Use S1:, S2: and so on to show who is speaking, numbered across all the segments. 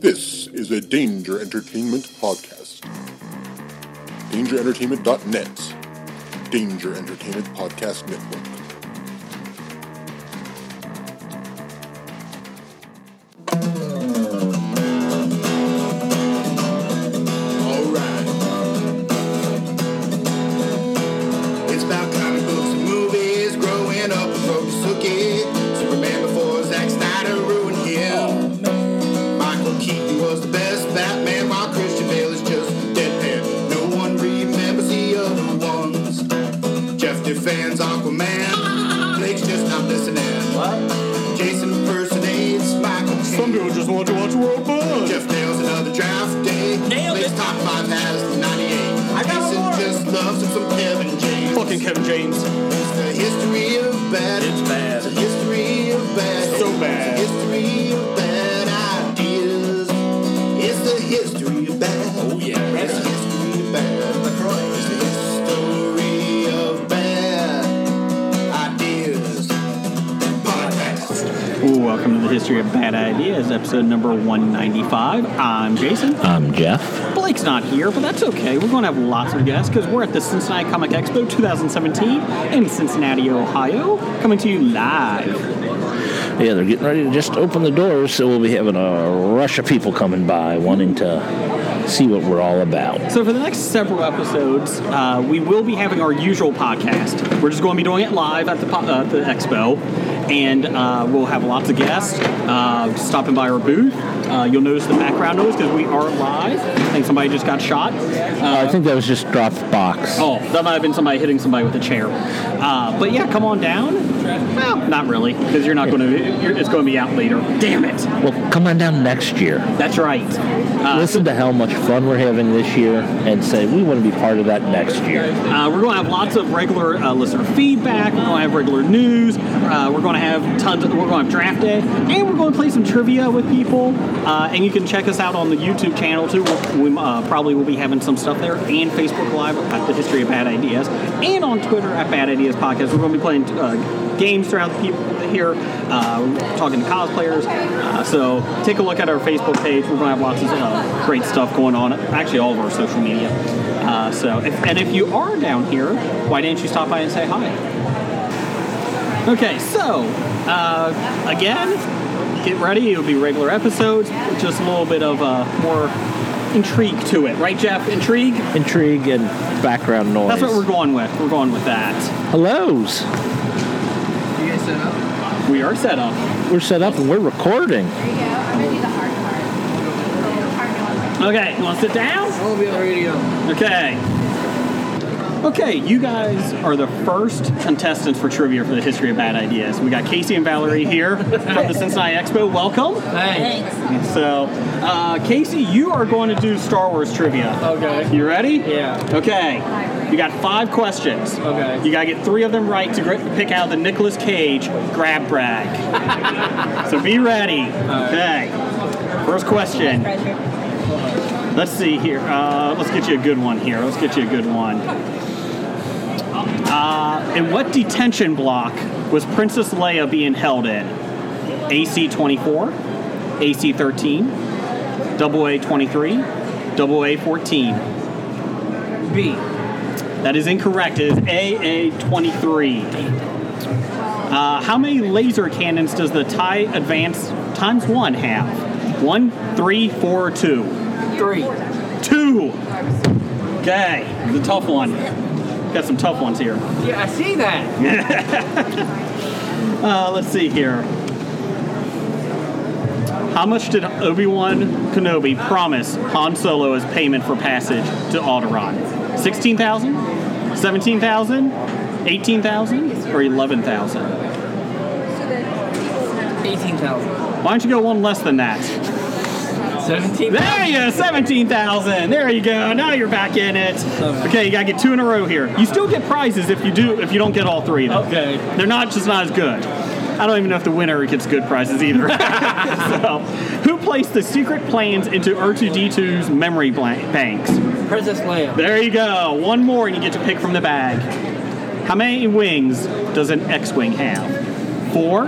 S1: This is a Danger Entertainment podcast. DangerEntertainment.net. Danger Entertainment Podcast Network.
S2: Alright. It's about comic books and movies, growing up with Rokusuke. Superman before Zack Snyder ruined him. Michael Keaton was the best Batman, while Christian Bale is just deadpan. No one remembers the other ones. Jeff defends Aquaman. Blake's just not listening. Jason impersonates Michael Keaton.
S3: girls just want to watch World Bud.
S2: Jeff nails another draft day.
S4: Nailed
S2: Blake's
S4: it.
S2: top five has 98. I
S4: got one more.
S2: just loves him some Kevin James.
S3: Fucking Kevin James.
S2: It's the history of bad.
S4: It's bad.
S2: It's the history of bad.
S3: So bad.
S2: It's the history of bad ideas. It's the history of bad.
S4: Oh, yeah.
S2: It's the history of bad. It's the history of bad ideas. Podcast.
S5: Welcome to the History of Bad Ideas, episode number 195. I'm Jason.
S6: I'm Jeff.
S5: Blake's not here, but that's okay. We're going to have lots of guests because we're at the Cincinnati Comic Expo 2017 in Cincinnati, Ohio, coming to you live.
S6: Yeah, they're getting ready to just open the doors, so we'll be having a rush of people coming by wanting to see what we're all about.
S5: So, for the next several episodes, uh, we will be having our usual podcast. We're just going to be doing it live at the, po- uh, at the expo, and uh, we'll have lots of guests uh, stopping by our booth. Uh, you'll notice the background noise because we are live. I think somebody just got shot.
S6: I think that was just Dropbox.
S5: Oh, that might have been somebody hitting somebody with a chair. Uh, but yeah, come on down. Well, not really, because you're not going to. You're, it's going to be out later. Damn it!
S6: Well, come on down next year.
S5: That's right. Uh,
S6: Listen to how much fun we're having this year and say we want to be part of that next year.
S5: uh, we're going to have lots of regular uh, listener feedback. We're going to have regular news. Uh, we're going to have tons. Of, we're going to have draft day, and we're going to play some trivia with people. Uh, and you can check us out on the YouTube channel too. We we, uh, probably will be having some stuff there, and Facebook Live at the History of Bad Ideas, and on Twitter at Bad Ideas Podcast. We're going to be playing uh, games throughout the pe- here, uh, talking to cosplayers. Uh, so take a look at our Facebook page. We're going to have lots of uh, great stuff going on. Actually, all of our social media. Uh, so, if, and if you are down here, why didn't you stop by and say hi? Okay, so uh, again, get ready. It'll be regular episodes, just a little bit of uh, more intrigue to it, right, Jeff? Intrigue.
S6: Intrigue and background noise.
S5: That's what we're going with. We're going with that.
S6: Hellos.
S5: We are set up.
S6: We're set up and we're recording.
S7: There you go. I'm gonna do the hard part.
S5: Okay, you want to sit down? We'll be on radio. Okay. Okay, you guys are the first contestants for trivia for the history of bad ideas. We got Casey and Valerie here from the Cincinnati Expo. Welcome.
S4: Thanks.
S5: So, uh, Casey, you are going to do Star Wars trivia.
S3: Okay.
S5: You ready?
S3: Yeah.
S5: Okay. You got five questions.
S3: Okay.
S5: You gotta get three of them right to gr- pick out the Nicolas Cage grab brag. so be ready. Okay. First question. Let's see here. Uh, let's get you a good one here. Let's get you a good one. Uh, in what detention block was Princess Leia being held in? AC 24, AC 13, AA 23, AA 14.
S3: B.
S5: That is incorrect. It is AA23. Uh, how many laser cannons does the TIE Advance times one have? One, three, four, two.
S3: Three.
S5: Two! Okay, the tough one. Got some tough ones here.
S3: Yeah, I see that.
S5: Uh, let's see here. How much did Obi Wan Kenobi promise Han Solo as payment for passage to Alderaan? 16,000? 17,000? 18,000? Or 11,000?
S3: 18,000.
S5: Why don't you go one less than that?
S3: 17.
S5: There you go, 17,000. There you go. Now you're back in it. Okay, you got to get two in a row here. You still get prizes if you do if you don't get all three though.
S3: Okay.
S5: They're not just not as good. I don't even know if the winner gets good prizes either. so, who placed the secret plans into R2D2's memory blank- banks?
S3: Princess Leia.
S5: There you go. One more and you get to pick from the bag. How many wings does an X-wing have? Four,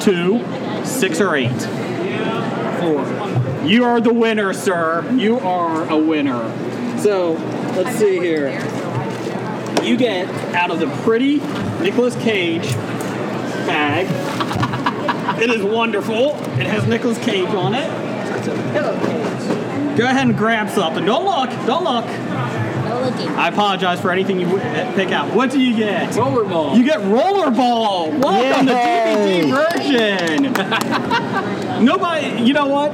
S5: two, six, or eight?
S3: Four.
S5: You are the winner, sir. You are a winner. So let's see here. You get out of the pretty Nicolas Cage bag. it is wonderful. It has Nicolas Cage on it. Go ahead and grab something. Don't look. Don't look.
S4: No looking.
S5: I apologize for anything you w- pick out. What do you get?
S3: Rollerball.
S5: You get Rollerball. Welcome to DVD version. Nobody, you know what?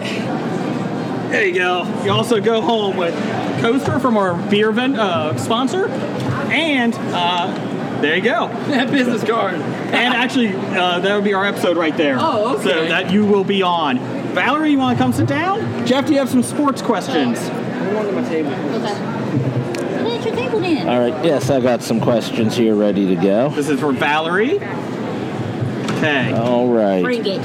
S5: There you go. You also go home with coaster from our beer vent, uh, sponsor, and uh, there you go.
S3: that business card.
S5: And actually, uh, that would be our episode right there.
S3: Oh, okay.
S5: So that you will be on. Valerie, you want to come sit down? Jeff, do you have some sports questions?
S4: Okay. Put it at your table then.
S6: All right. Yes, I got some questions here ready to go.
S5: This is for Valerie. Okay.
S6: All right.
S4: Bring it.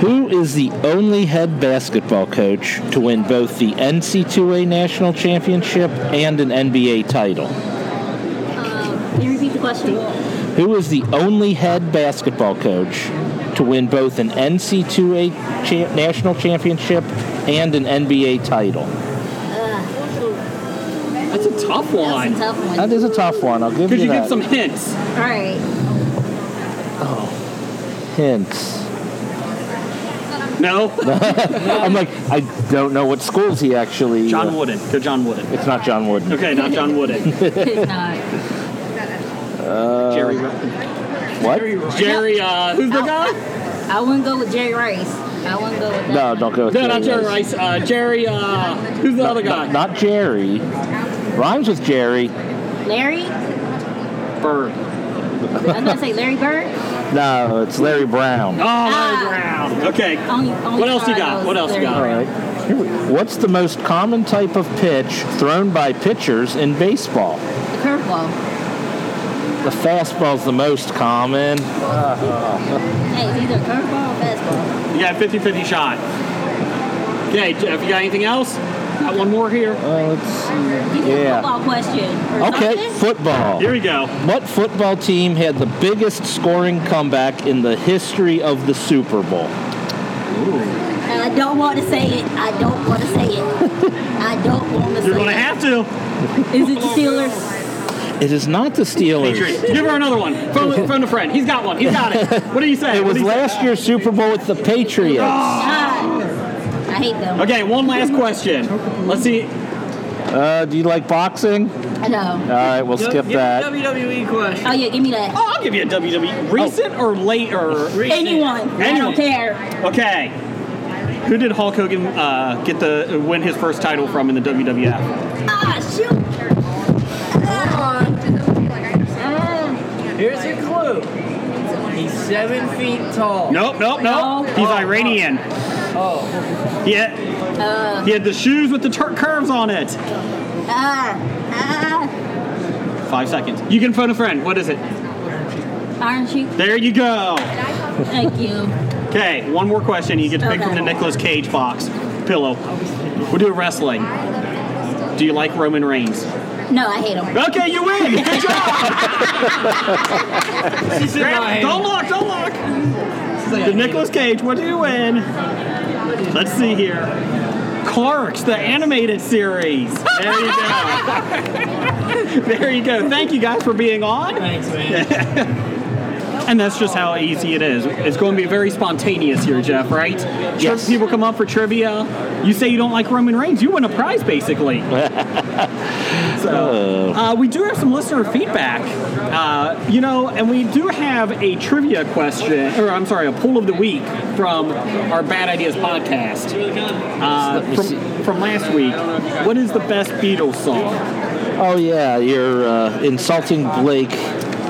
S6: Who is the only head basketball coach to win both the NC2A national championship and an NBA title?
S4: Can you repeat the question?
S6: Who is the only head basketball coach to win both an NC2A cha- national championship and an NBA title?
S5: That's a tough
S4: That was a
S5: one.
S4: tough one.
S6: That is Uh, a tough one. I'll give
S5: Could
S6: you,
S5: you give
S6: that.
S5: some hints?
S4: All right.
S6: hints.
S5: No?
S6: I'm like, I don't know what schools he actually. uh,
S5: John Wooden. Go John Wooden.
S6: It's not John Wooden.
S5: Okay, not John Wooden.
S4: It's not.
S6: Uh,
S5: Jerry.
S6: What?
S5: Jerry, uh, who's the guy?
S4: I wouldn't go with Jerry Rice. I wouldn't go with that.
S6: No, don't go with
S5: No, not Jerry
S6: Rice.
S5: Rice. Uh, Jerry, uh, who's the other guy?
S6: Not Jerry. Rhymes with Jerry.
S4: Larry? I
S5: Bird.
S4: was going to say Larry Bird.
S6: No, it's Larry Brown.
S5: Oh, Larry Brown. Okay.
S4: Only, only
S5: What else you
S4: star
S5: got?
S4: goes
S5: What else you
S4: Larry
S5: got?
S6: All
S4: Bird.
S6: right. Here we- What's the most common type of pitch thrown by pitchers in baseball?
S4: The curveball.
S6: The fastball's the most common.
S4: Hey, it's either curveball or fastball.
S5: You got a 50 50 shot. Okay, Jeff, you got anything else? Got one more here.
S6: Uh, let's-
S4: Give me
S6: Yeah.
S4: a football question. or
S6: okay,
S4: something.
S6: football.
S5: Here we go.
S6: What football team had the biggest scoring comeback in the history of the Super Bowl?
S4: And I don't want to say it. I don't want to say it. I don't want to say
S5: You're going to
S4: it.
S5: have to.
S4: Is it the Steelers?
S6: It is not the Steelers.
S5: Give her another one. Phone, phone a friend. He's got one. He's got it. What do you say?
S6: It
S5: What
S6: was
S5: do you say?
S6: last year's Super Bowl with the Patriots.
S4: God. I hate them.
S5: Okay, one last question. Let's see.
S6: Uh, do you like boxing?
S4: I know.
S6: All right, we'll
S3: Don't
S6: skip
S3: give me a
S6: that.
S3: WWE question.
S4: Oh yeah, give me that.
S5: Oh, I'll give you a WWE. Recent or late or
S4: Anyone. I
S5: Anyone.
S4: don't care.
S5: Okay. Who did Hulk Hogan uh, get the win his first title from in the WWF?
S4: Ah shoot.
S3: Here's your clue. He's seven feet tall.
S5: Nope, nope,
S4: No.
S5: nope. He's Iranian.
S3: Oh,
S5: He had, he had the shoes with the tur curves on it.
S4: Ah.
S5: Five seconds. You can phone a friend. What is it?
S4: Ah. Aren't you?
S5: There you go.
S4: Thank you.
S5: Okay, one more question. You get to pick from the
S4: Okay.
S5: Nicolas Cage box pillow. We'll do wrestling. Do you like Roman Reigns?
S4: No, I hate him.
S5: Okay, you win. Good job.
S3: she's in my
S5: Grab-
S3: hand.
S5: don't look. Don't look. The Nicolas Cage. What do you win? Let's see here. Clerks, the animated series. There you go. there you go. Thank you guys for being on.
S3: Thanks, man.
S5: And that's just how easy it is. It's going to be very spontaneous here, Jeff, right? Tri-
S6: Yes.
S5: People come up for trivia. You say you don't like Roman Reigns, you win a prize, basically. so, uh, we do have some listener feedback, uh, you know, and we do have a trivia question, or I'm sorry, a poll of the week from our Bad Ideas podcast uh, from, from last week. What is the best Beatles song?
S6: Oh yeah, you're uh, insulting Blake.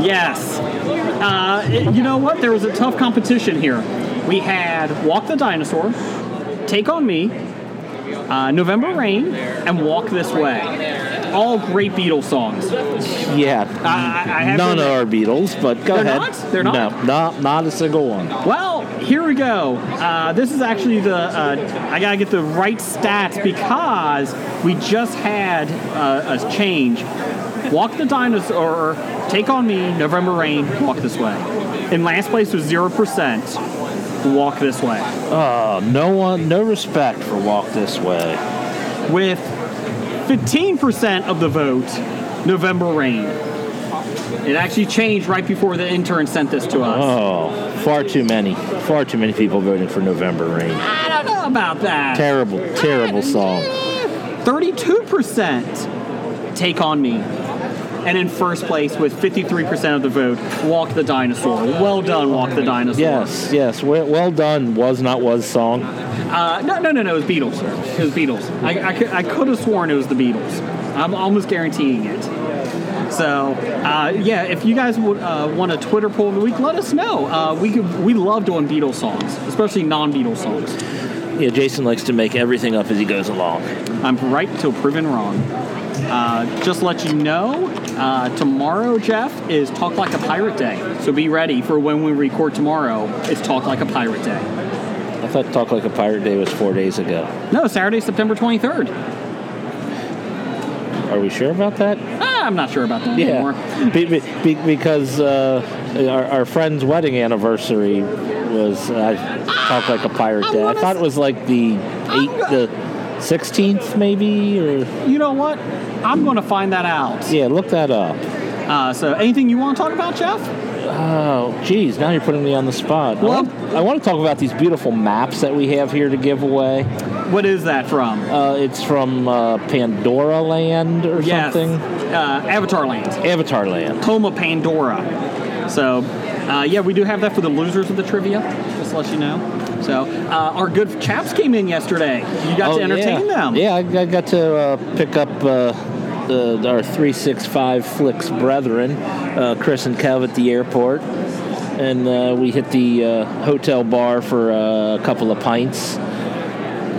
S5: Yes. Uh, it- you know what? There was a tough competition here. We had Walk the Dinosaur, Take on Me, uh, November Rain, and Walk This Way. All great Beatles songs. I,
S6: Yeah,
S5: I, I have
S6: none
S5: to-
S6: are Beatles, but go
S5: They're
S6: ahead.
S5: not? They're not?
S6: No, not not a single one.
S5: Well, here we go. Uh, this is actually the uh, I gotta get the right stats because we just had uh, a change. Walk the dinosaur, take on me, November rain, walk this way. In last place was zero percent. Walk This Way
S6: Oh, no one, no respect for Walk This Way.
S5: with 15% of the vote, November Rain. It actually changed right before the intern sent this to us.
S6: Oh, far too many, far too many people voting for November Rain.
S5: I don't know about that.
S6: Terrible, terrible song.
S5: 32% Take On Me. And in first place with 53% of the vote, Walk the Dinosaur. Well done, Walk the Dinosaur.
S6: Yes, yes. Well, well done. Was not was song.
S5: Uh, no, no, no, no. It was Beatles. It was Beatles. I, I, could, I could have sworn it was the Beatles. I'm almost guaranteeing it. So, uh, yeah, if you guys would uh, want a Twitter poll of the week, let us know. Uh, we could, we love doing Beatles songs, especially non-Beatles songs.
S6: Yeah, Jason likes to make everything up as he goes along.
S5: I'm right till proven wrong. Uh, just to let you know, uh, tomorrow, Jeff, is Talk Like a Pirate Day. So be ready for when we record tomorrow. It's Talk Like a Pirate Day.
S6: I thought Talk Like a Pirate Day was four days ago.
S5: No, Saturday, September 23rd.
S6: Are we sure about that?
S5: Ah, I'm not sure about that anymore.
S6: Be, be, be, because uh, our, our friend's wedding anniversary was uh, Talk Like a Pirate Day. I
S5: wanna
S6: thought
S5: s-
S6: it was like the eight, the 16th maybe? or
S5: You know what? I'm going to find that out.
S6: Yeah, look that up.
S5: Uh, so, anything you want to talk about, Jeff?
S6: Oh, geez, now you're putting me on the spot.
S5: Well-
S6: I, want, I want to talk about these beautiful maps that we have here to give away.
S5: What is that from?
S6: Uh, it's from uh, Pandora Land or
S5: yes.
S6: something.
S5: Uh, Avatar Land,
S6: Avatar Land.
S5: home of Pandora. So, uh, yeah, we do have that for the losers of the trivia, just to let you know. So, uh, our good chaps came in yesterday. You got to entertain
S6: Oh, yeah.
S5: them.
S6: Yeah, I, I got to uh, pick up uh, the, our 365 Flicks brethren, uh, Chris and Kev, at the airport. And uh, we hit the uh, hotel bar for uh, a couple of pints.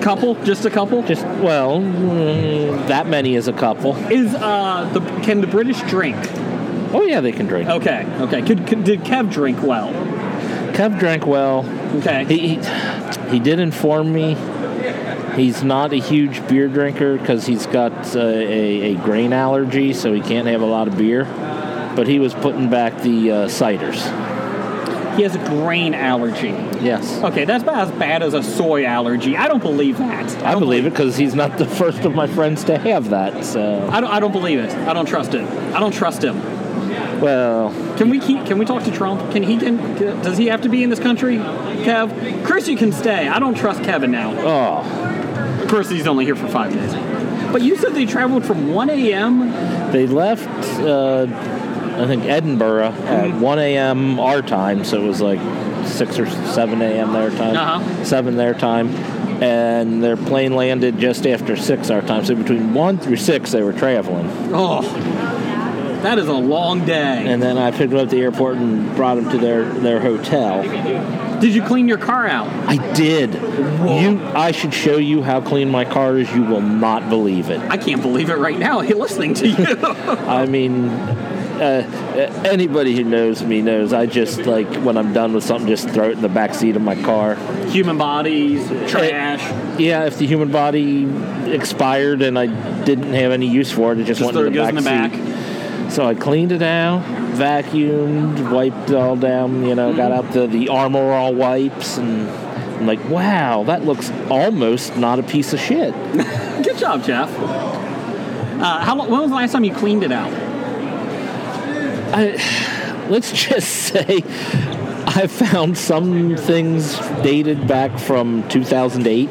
S5: Couple, just a couple.
S6: Just, well, mm, that many is a couple.
S5: Is uh, the can the British drink?
S6: Oh, yeah, they can drink.
S5: Okay, okay. Could, could, did Kev drink well?
S6: Kev drank well.
S5: Okay.
S6: He, he he did inform me he's not a huge beer drinker because he's got uh, a, a grain allergy, so he can't have a lot of beer. But he was putting back the uh, ciders.
S5: he has a grain allergy.
S6: Yes.
S5: Okay, that's about as bad as a soy allergy. I don't believe that.
S6: I believe it because he's not the first of my friends to have that. So,
S5: I don't, I don't believe it. I don't trust it. I don't trust him.
S6: well,
S5: Can we keep, can we talk to Trump? Can he can, does he have to be in this country? Kev, Chris, you can stay. I don't trust Kevin now.
S6: oh,
S5: Of course, he's only here for five days. But you said they traveled from 1 a.m.
S6: they left. Uh, I think Edinburgh at 1 a.m. our time, so it was like 6 or 7 a.m. their time,
S5: Uh-huh.
S6: 7 their time, and their plane landed just after 6 our time. So between 1 through 6, they were traveling.
S5: Oh, that is a long day.
S6: And then I picked them up at the airport and brought them to their, their hotel.
S5: Did you clean your car out?
S6: I did. You, I should show you how clean my car is. You will not believe it.
S5: I can't believe it right now. Hey, listening to you.
S6: I mean, uh, anybody who knows me knows I just like when I'm done with something, just throw it in the back seat of my car.
S5: Human bodies, trash.
S6: Yeah, if the human body expired and I didn't have any use for it, it just,
S5: Just
S6: went
S5: throw
S6: in
S5: it
S6: the
S5: goes
S6: back
S5: in the back.
S6: seat. So I cleaned it out, vacuumed, wiped it all down. You know, got
S5: Mm-hmm.
S6: out the the Armor All wipes and. I'm like, wow, that looks almost not a piece of shit.
S5: Good job, Jeff. Uh, how long, when was the last time you cleaned it out?
S6: Let's just say I found some things dated back from 2008.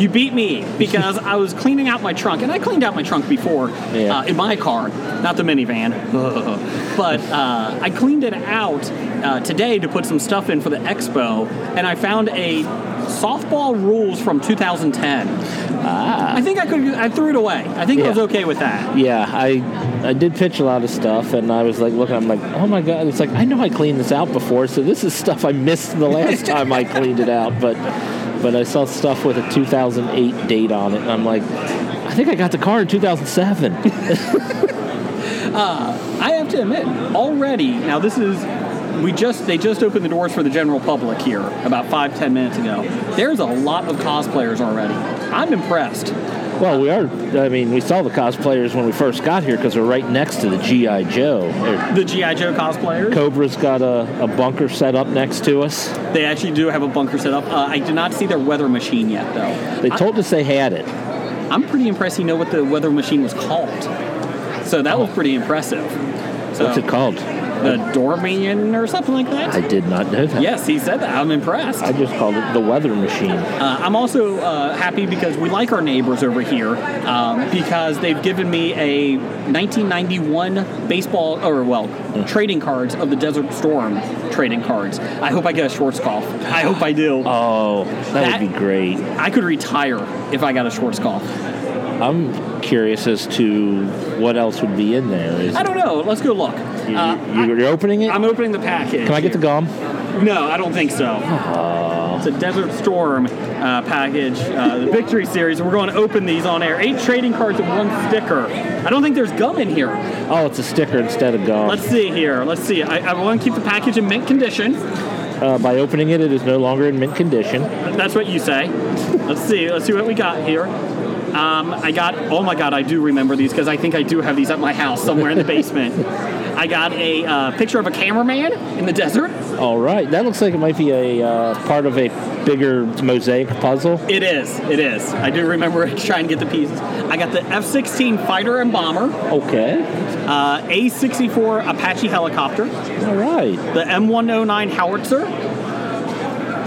S5: You beat me because I was cleaning out my trunk, and I cleaned out my trunk before
S6: Yeah.
S5: uh, in my car, not the minivan. but uh, I cleaned it out uh, today to put some stuff in for the expo, and I found a softball rules from 2010. I think I could. I threw it away. I think I was
S6: Ah. Yeah.
S5: okay with that.
S6: Yeah, I I did pitch a lot of stuff, and I was like, looking, I'm like, oh my god, it's like I know I cleaned this out before, so this is stuff I missed the last time I cleaned it out, but but I saw stuff with a 2008 date on it, and I'm like, I think I got the car in 2007.
S5: I have to admit, already now this is we just they just opened the doors for the general public here about five ten minutes ago. There's a lot of cosplayers already. I'm impressed.
S6: Well, we are. I mean, we saw the cosplayers when we first got here because we're right next to the GI Joe. There-
S5: The GI Joe cosplayers.
S6: Cobra's got a, a bunker set up next to us.
S5: They actually do have a bunker set up. Uh, I did not see their weather machine yet, though.
S6: They told us they had it.
S5: I'm pretty impressed. You know what the weather machine was called, so that was pretty impressive. So,
S6: What's it called?
S5: The Dormian or something like that.
S6: I did not know that.
S5: yes, he said that. I'm impressed.
S6: I just called it the weather machine.
S5: Uh, I'm also uh, happy because we like our neighbors over here um, because they've given me a 1991 baseball, or well, trading cards of the Desert Storm trading cards. I hope I get a Schwarzkopf. I hope I do.
S6: Oh, that,
S5: That-
S6: would be great.
S5: I could retire if I got a Schwarzkopf.
S6: I'm curious as to what else would be in there. Is
S5: I don't know. Let's go look.
S6: you,
S5: Uh,
S6: you, are opening it?
S5: I'm opening the package.
S6: Can I get the gum?
S5: No, I don't think so. It's a Desert Storm uh, package, uh, the Victory Series. We're going to open these on air. Eight trading cards and one sticker. I don't think there's gum in here.
S6: Oh, it's a sticker instead of gum.
S5: Let's see here. Let's see. I, I want to keep the package in mint condition.
S6: Uh, by opening it, it is no longer in mint condition.
S5: That's what you say. Let's see. Let's see what we got here. Um, I got. Oh my God, I do remember these because I think I do have these at my house somewhere in the basement. I got a uh, picture of a cameraman in the desert.
S6: All right, that looks like it might be a uh, part of a bigger mosaic puzzle.
S5: It is. It is. I do remember trying to get the pieces. I got the F-16 fighter and bomber,
S6: Okay,
S5: uh, A-64 Apache helicopter.
S6: all right.
S5: the M109 howitzer.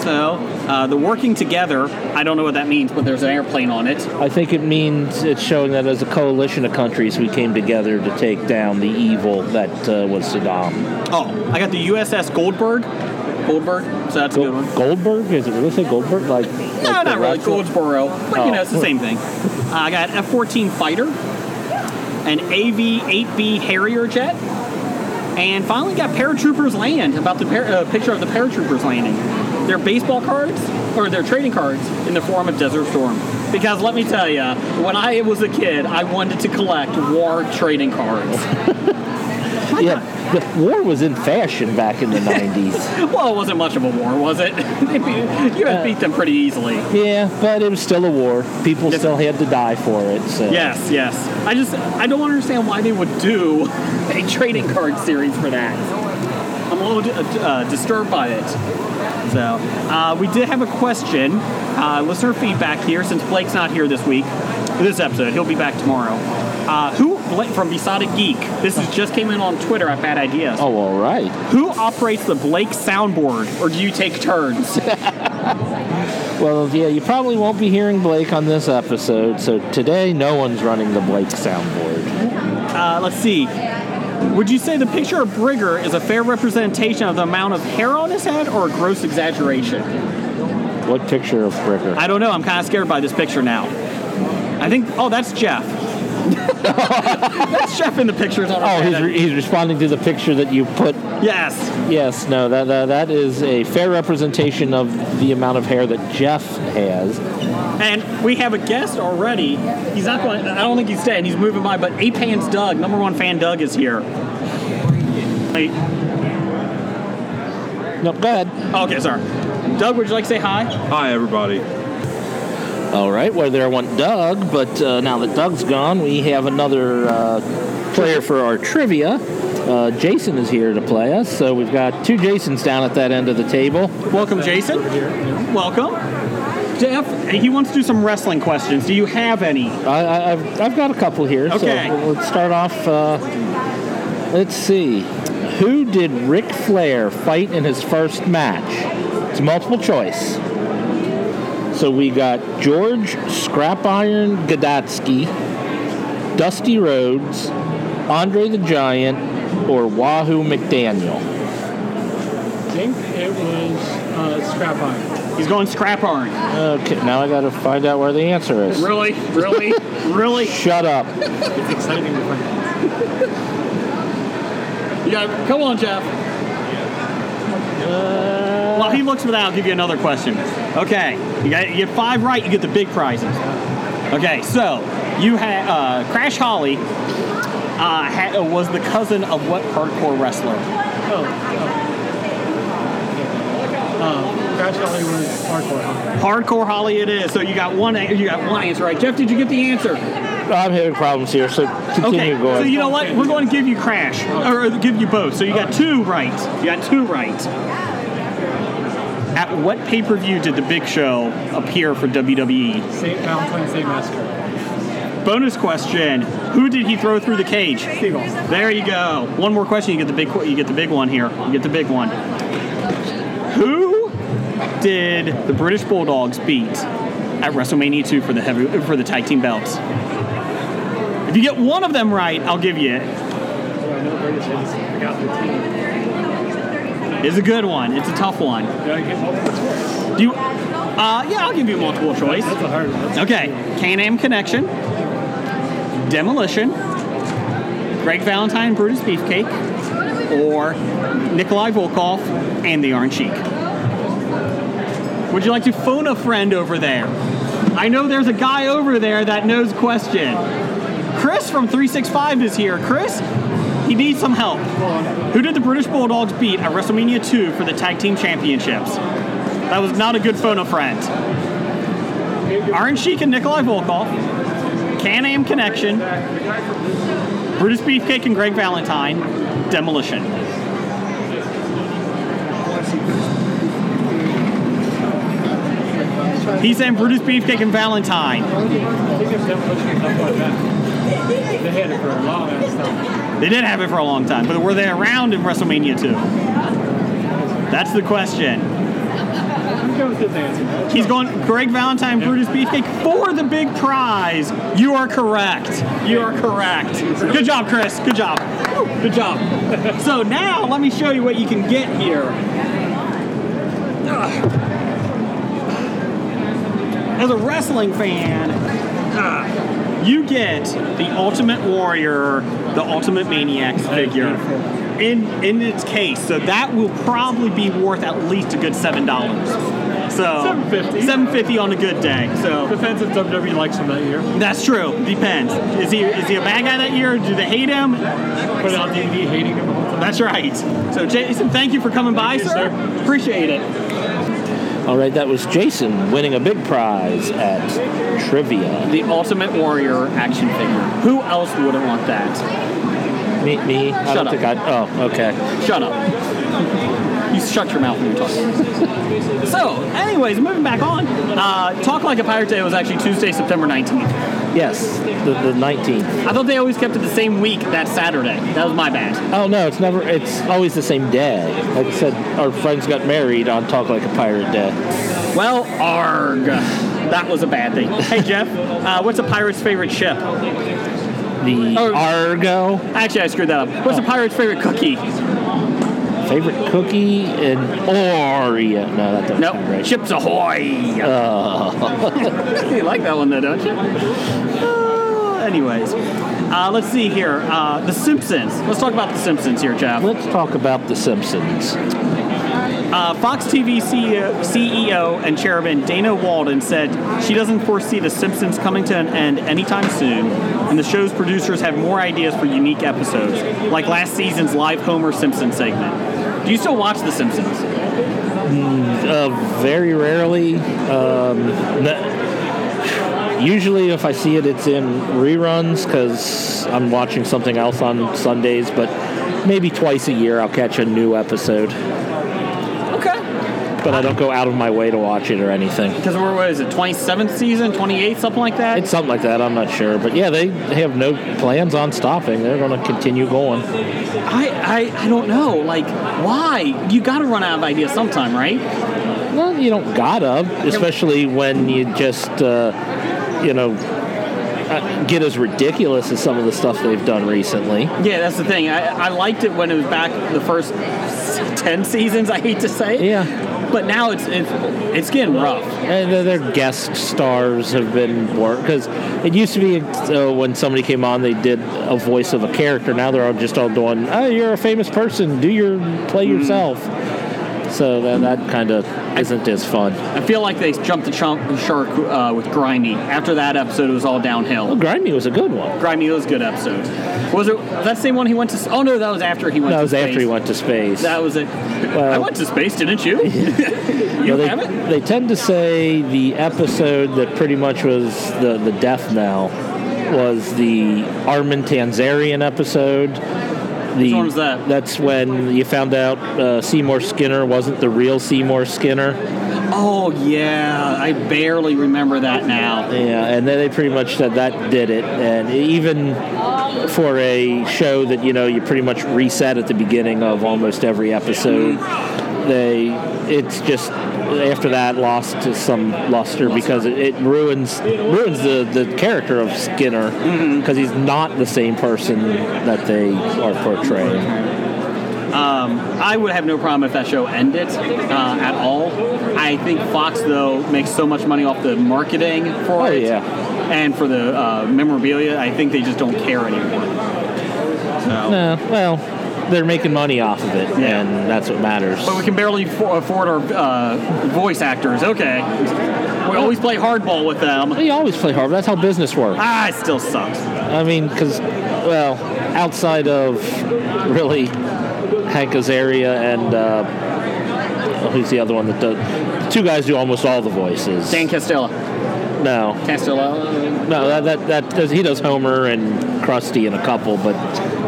S5: So uh, the working together. I don't know what that means, but there's an airplane on it.
S6: I think it means it's showing that as a coalition of countries, we came together to take down the evil that uh, was Saddam.
S5: Oh, I got the USS Goldberg. Goldberg. So that's a good one.
S6: Gold- Goldberg? Is it really say Goldberg? Like like
S5: No,
S6: the
S5: not really.
S6: wrestler?
S5: Goldsboro, but you
S6: Oh.
S5: know it's the same thing. Uh, I got F-14 fighter, an AV-8B Harrier jet, and finally got paratroopers land. About the par- uh, picture of the paratroopers landing. Their baseball cards or their trading cards in the form of Desert Storm. Because let me tell you, when I was a kid, I wanted to collect war trading cards.
S6: Yeah, the war was in fashion back in the 90s.
S5: well, it wasn't much of a war, was it? you had beat them pretty easily.
S6: Yeah, but it was still a war. People still had to die for it. So.
S5: Yes, yes. I just I don't understand why they would do a trading card series for that. I'm a little uh, disturbed by it. So uh, we did have a question, uh, listener feedback here. Since Blake's not here this week, this episode, he'll be back tomorrow. Uh, who Blake from Besotted Geek? This is just came in on Twitter at Bad Ideas.
S6: Oh, all right.
S5: Who operates the Blake soundboard, or do you take turns?
S6: Well, yeah, you probably won't be hearing Blake on this episode. So today, no one's running the Blake soundboard.
S5: Uh, let's see. Would you say the picture of Brigger is a fair representation of the amount of hair on his head or a gross exaggeration?
S6: What picture of Bricker?
S5: I don't know. I'm kind of scared by this picture now. I think, oh, that's Jeff. that's Jeff in the pictures on our
S6: oh, he's, re- he's responding to the picture that you put.
S5: Yes.
S6: Yes, no, that uh, that is a fair representation of the amount of hair that Jeff has.
S5: And we have a guest already. He's not going, I don't think he's staying. He's moving by, but Ape Hands Doug, number one fan Doug, is here. Hey,
S6: No, go ahead.
S5: okay, sorry. Doug, would you like to say hi?
S8: Hi, everybody.
S6: All right, well, there went Doug, but uh, now that Doug's gone, we have another uh, player for our trivia. Uh, Jason is here to play us, so we've got two Jasons down at that end of the table.
S5: Welcome, Jason. Welcome. Jeff, he wants to do some wrestling questions. Do you have any?
S6: I, I, I've, I've got a couple here.
S5: Okay.
S6: So we'll- let's start off. Uh, let's see. Who did Ric Flair fight in his first match? It's multiple choice. So we got George Scrap Iron Godatsky, Dusty Rhodes, Andre the Giant, or Wahoo McDaniel.
S9: think it was uh, scrap iron.
S5: He's going scrap iron.
S6: Okay, now I gotta find out where the answer is.
S5: Really? Really? really?
S6: Shut up.
S9: It's exciting to find. out.
S5: Yeah, come on, Jeff. While he looks for that, I'll give you another question. Okay, you, got, you get five right, you get the big prizes. Okay, so you had uh, Crash Holly uh, ha uh, was the cousin of what hardcore wrestler?
S9: Oh, oh. uh, Crash Alley was hardcore.
S5: Hardcore Holly, it is. So you got one. a- You got one answer right. Jeff, did you get the answer?
S6: I'm having problems here, so continue
S5: Okay.
S6: going.
S5: So you know what? We're going to give you Crash, or give you both. So you got two right. You got two right. At what pay per view did the Big Show appear for WWE?
S9: St. Valentine's Day Massacre.
S5: Bonus question: Who did he throw through the cage?
S9: Seagull.
S5: There you go. One more question. You get the big. You get the big one here. You get the big one. Who did the British Bulldogs beat at WrestleMania 2 for the heavy for the tag team belts? If you get one of them right, I'll give you it.
S9: I know where it is. I got the team.
S5: It's a good one. It's a tough one.
S9: Did I get multiple choice?
S5: Do you? Uh, yeah, I'll give you multiple choice.
S9: That's a hard one. That's-
S5: Okay, Can-Am Connection, Demolition, Greg Valentine, Brutus Beefcake, or Nikolai Volkov and the Iron Sheik. Would you like to phone a friend over there? I know there's a guy over there that knows question. Chris from 365 is here. Chris, he needs some help. Who did the British Bulldogs beat at WrestleMania 2 for the Tag Team Championships? That was not a good phone a friend. Iron Sheik and Nikolai Volkov, Can Am Connection, Brutus Beefcake and Greg Valentine, Demolition. He's saying Brutus Beefcake and Valentine.
S9: I think it's demolition and stuff like that. They had it for a long ass time.
S5: They did have it for a long time, but were they around in WrestleMania 2? That's the question.
S9: I'm going with this answer. That's
S5: He's going Greg Valentine, Brutus Beefcake for the big prize. You are correct. You are correct. Good job, Chris. Good job. Good job. So now let me show you what you can get here. Ugh. As a wrestling fan, ugh, you get the Ultimate Warrior, the Ultimate Maniacs figure in in its case. So that will probably be worth at least a good seven dollars. So
S9: $7.50.
S5: seven fifty on a good day. So
S9: Depends if WWE likes them that year.
S5: that's true. Depends. Is he is he a bad guy that year? Do they hate him?
S9: Put it on DVD, hating them the whole time.
S5: That's right. So Jason, thank you for coming by,
S9: you,
S5: sir.
S9: sir.
S5: Appreciate it.
S6: All right, that was Jason winning a big prize at trivia.
S5: The Ultimate Warrior action figure. Who else wouldn't want that?
S6: Me, me. I
S5: Shut
S6: don't
S5: up.
S6: think I. Oh, okay.
S5: Shut up. You shut your mouth when you're talking. so, anyways, moving back on. Uh, Talk Like a Pirate Day was actually Tuesday, September 19th.
S6: Yes, the the nineteenth.
S5: I thought they always kept it the same week that Saturday. That was my bad.
S6: Oh no, it's never. It's always the same day. Like I said, our friends got married on Talk Like a Pirate Day.
S5: Well, arg. That was a bad thing. Hey, Jeff, uh, what's a pirate's favorite ship?
S6: The
S5: Oh.
S6: Argo
S5: Actually, I screwed that up. Oh. What's a pirate's favorite cookie?
S6: favorite cookie and Oreo. No, that doesn't
S5: Nope.
S6: sound right.
S5: Chips Ahoy. you like that one though, don't you? Uh, anyways, uh, let's see here. Uh, the Simpsons. Let's talk about The Simpsons here, Jeff.
S6: Let's talk about The Simpsons.
S5: Uh, Fox TV CEO, CEO E and chairman Dana Walden said she doesn't foresee The Simpsons coming to an end anytime soon, and the show's producers have more ideas for unique episodes, like last season's live Homer Simpson segment. Do you still watch The Simpsons?
S6: Uh, very rarely. Um, n- usually, if I see it, it's in reruns because I'm watching something else on Sundays. But maybe twice a year, I'll catch a new episode.
S5: Okay.
S6: But I don't go out of my way to watch it or anything.
S5: Because we're, what is it, 27th season, 28th, something like that?
S6: It's something like that. I'm not sure, but yeah, they have no plans on stopping. They're going to continue going.
S5: I, I, I don't know. Like, why? You got to run out of ideas sometime, right?
S6: Well, you don't gotta, especially when you just, uh, you know, uh, get as ridiculous as some of the stuff they've done recently.
S5: Yeah, that's the thing. I, I liked it when it was back the first ten seasons. I hate to say it.
S6: Yeah,
S5: But now it's it's, it's getting rough.
S6: and their- their guest stars have been work because it used to be uh, when somebody came on, they did a voice of a "Ah, character. Now they're all just all doing, "Oh, you're a famous person. Do your play yourself." So that, that kind of isn't as fun.
S5: I feel like they jumped the chump the shark uh, with Grindy. After that episode, it was all
S6: Well,
S5: downhill.
S6: Grindy was a good one.
S5: Grindy was a good episode. Was it that same one he went to? s- Oh no, that was after he went.
S6: That
S5: to
S6: was
S5: space.
S6: after he went to space.
S5: That was it. I went to space, didn't you? you
S6: Well, they,
S5: haven't.
S6: they tend to say the episode that pretty much was the, the death knell was the Armin Tanzarian episode. The,
S5: Which one was that?
S6: That's when you found out uh, Seymour Skinner wasn't the real Seymour Skinner.
S5: Oh yeah, I barely remember that now.
S6: Yeah, and then they pretty much said that did it. And even for a show that you know you pretty much reset at the beginning of almost every episode, they it's just after that lost to some luster because it, it ruins ruins the, the character of Skinner
S5: Mm-hmm.
S6: because he's not the same person that they are portraying.
S5: I would have no problem if that show ended uh, at all. I think Fox though makes so much money off the marketing for
S6: Oh,
S5: it,
S6: yeah.
S5: and for the uh, memorabilia. I think they just don't care anymore.
S6: No, Uh, well, they're making money off of it,
S5: Yeah.
S6: and that's what matters.
S5: But we can barely for- afford our uh, voice actors. Okay, we always play hardball with them.
S6: You always play hard. That's how business works.
S5: Ah, it still sucks.
S6: I mean, because, well, outside of really Hank Azaria and uh, who's the other one that does? the Two guys do almost all the voices.
S5: Dan Castella.
S6: No,
S5: Castella.
S6: no, that that, that does, he does Homer and Krusty and a couple, but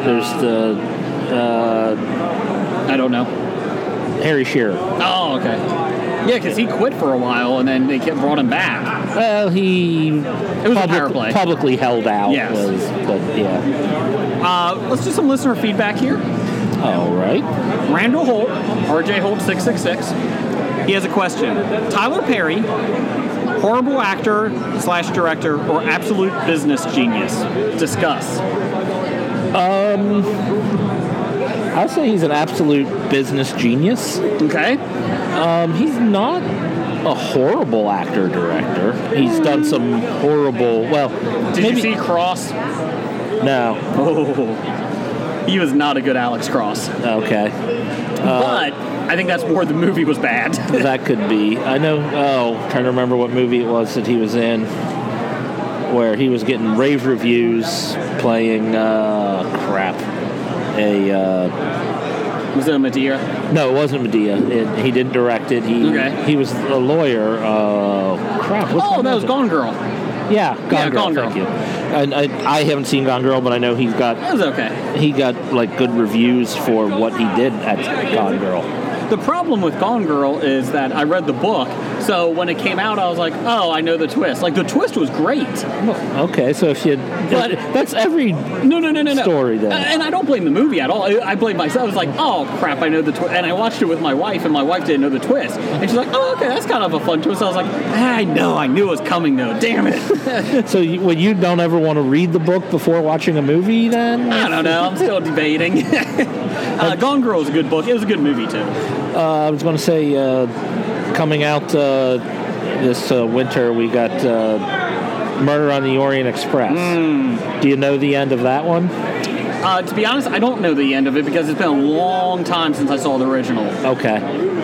S6: there's the
S5: I don't know.
S6: Harry Shearer.
S5: Oh, okay. Yeah, because he quit for a while and then they kept brought him back.
S6: Well, he it
S5: was a power play.
S6: publicly held out.
S5: Yes.
S6: was- but yeah.
S5: Uh, let's do some listener feedback here.
S6: All right.
S5: Randall Holt, RJ Holt 666. He has a question. Tyler Perry, horrible actor slash director or absolute business genius? Discuss.
S6: I'll say he's an absolute business genius.
S5: Okay.
S6: Um, he's not a horrible actor director. He's done some horrible. Well,
S5: Did
S6: maybe
S5: you see Cross?
S6: no.
S5: Oh, he was not a good Alex Cross.
S6: Uh, Okay,
S5: but I think that's where the movie was bad.
S6: that could be. I know. Oh, trying to remember what movie it was that he was in, where he was getting rave reviews playing uh, crap. A uh,
S5: was it a Madeira?
S6: no, it wasn't Medea. It, he didn't direct it. He
S5: Okay.
S6: he was a lawyer. Uh, crap. what's
S5: Oh,
S6: the
S5: that was
S6: name?
S5: Gone Girl.
S6: Yeah, Gone
S5: Yeah,
S6: Girl.
S5: Gone Girl.
S6: Thank you. And I, I haven't seen Gone Girl, but I know he's got
S5: That was okay.
S6: he got like good reviews for what he did at Gone Girl.
S5: The problem with Gone Girl is that I read the book, so when it came out, I was like, oh, I know the twist. Like, the twist was great.
S6: Okay, so if you,
S5: But-
S6: that's every
S5: No, no, no, no, no.
S6: Story, then.
S5: Uh, And I don't blame the movie at all. I, I blame myself. I was like, oh crap, I know the twist. And I watched it with my wife, and my wife didn't know the twist. And she's like, oh, okay, that's kind of a fun twist. I was like, I know, I knew it was coming though. Damn it.
S6: so you, well, you don't ever want to read the book before watching a movie then.
S5: I don't know. I'm still debating. uh, Gone Girl is a good book. It was a good movie too.
S6: Uh, I was going to say uh, coming out uh, this uh, winter we got uh, Murder on the Orient Express. Do you know the end of that one?
S5: Uh, to be honest, I don't know the end of it because it's been a long time since I saw the original.
S6: Okay,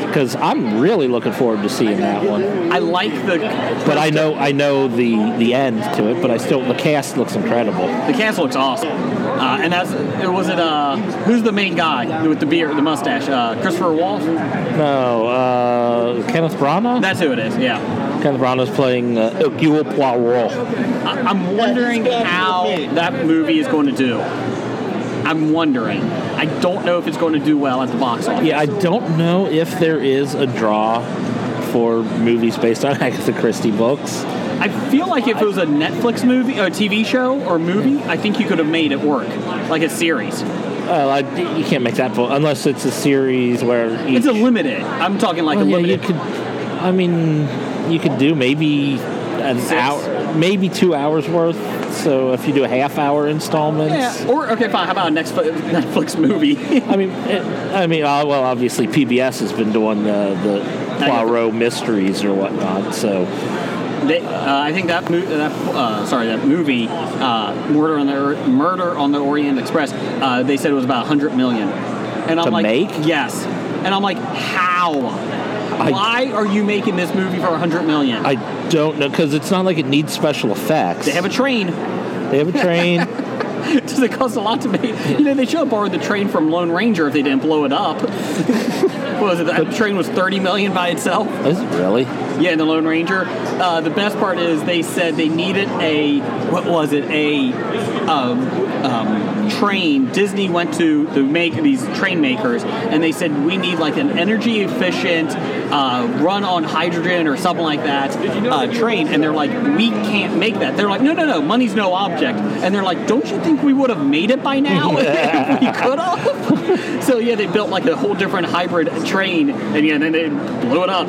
S6: because I'm really looking forward to seeing that one.
S5: I like the,
S6: But I know I know the the end to it. But I still the cast looks incredible.
S5: the cast looks awesome. Uh, and that's it. Was it uh, who's the main guy with the beard, the mustache? Uh, Christopher Walsh.
S6: No, uh, Kenneth Branagh.
S5: That's who it is. Yeah.
S6: Kenneth Branagh's playing uh, Hercule Poirot.
S5: I- I'm wondering how that movie is going to do. I'm wondering. I don't know if it's going to do well at the box office.
S6: Yeah, I don't know if there is a draw for movies based on Agatha Christie books.
S5: I feel like if it was a Netflix movie, a TV show or movie, I think you could have made it work, like a series.
S6: Well, I, you can't make that book unless it's a series where each,
S5: It's a limited. I'm talking like
S6: Well,
S5: a
S6: Oh, yeah, you
S5: limited.
S6: could. I mean, you could do maybe an
S5: Six.
S6: hour, maybe two hours worth. So if you do a half hour installments.
S5: yeah. Or okay, fine. How about a next Netflix movie?
S6: I mean, it, I mean, uh, well, obviously PBS has been doing the, the Poirot mysteries or whatnot. So
S5: they, uh, I think that, mo- that uh, sorry, that movie, uh, Murder on the Or- Murder on the Orient Express. Uh, they said it was about 100 million. And I'm
S6: To
S5: like,
S6: make?
S5: yes. And I'm like, how? Why are you making this movie for 100 million?
S6: I don't know because it's not like it needs special effects.
S5: they have a train.
S6: They have a train.
S5: Does it cost a lot to make? You know, they should have borrowed the train from Lone Ranger if they didn't blow it up. what was it? That train was 30 million by itself.
S6: Is it really?
S5: Yeah, the Lone Ranger. Uh, the best part is they said they needed a what was it a um, um, train. Disney went to the make these train makers and they said we need like an energy efficient uh, run on hydrogen or something like that uh, train. And they're like we can't make that. They're like no no no money's no object. And they're like don't you think we would have made it by now if we could have? so yeah, they built like a whole different hybrid train and yeah, then they blew it up.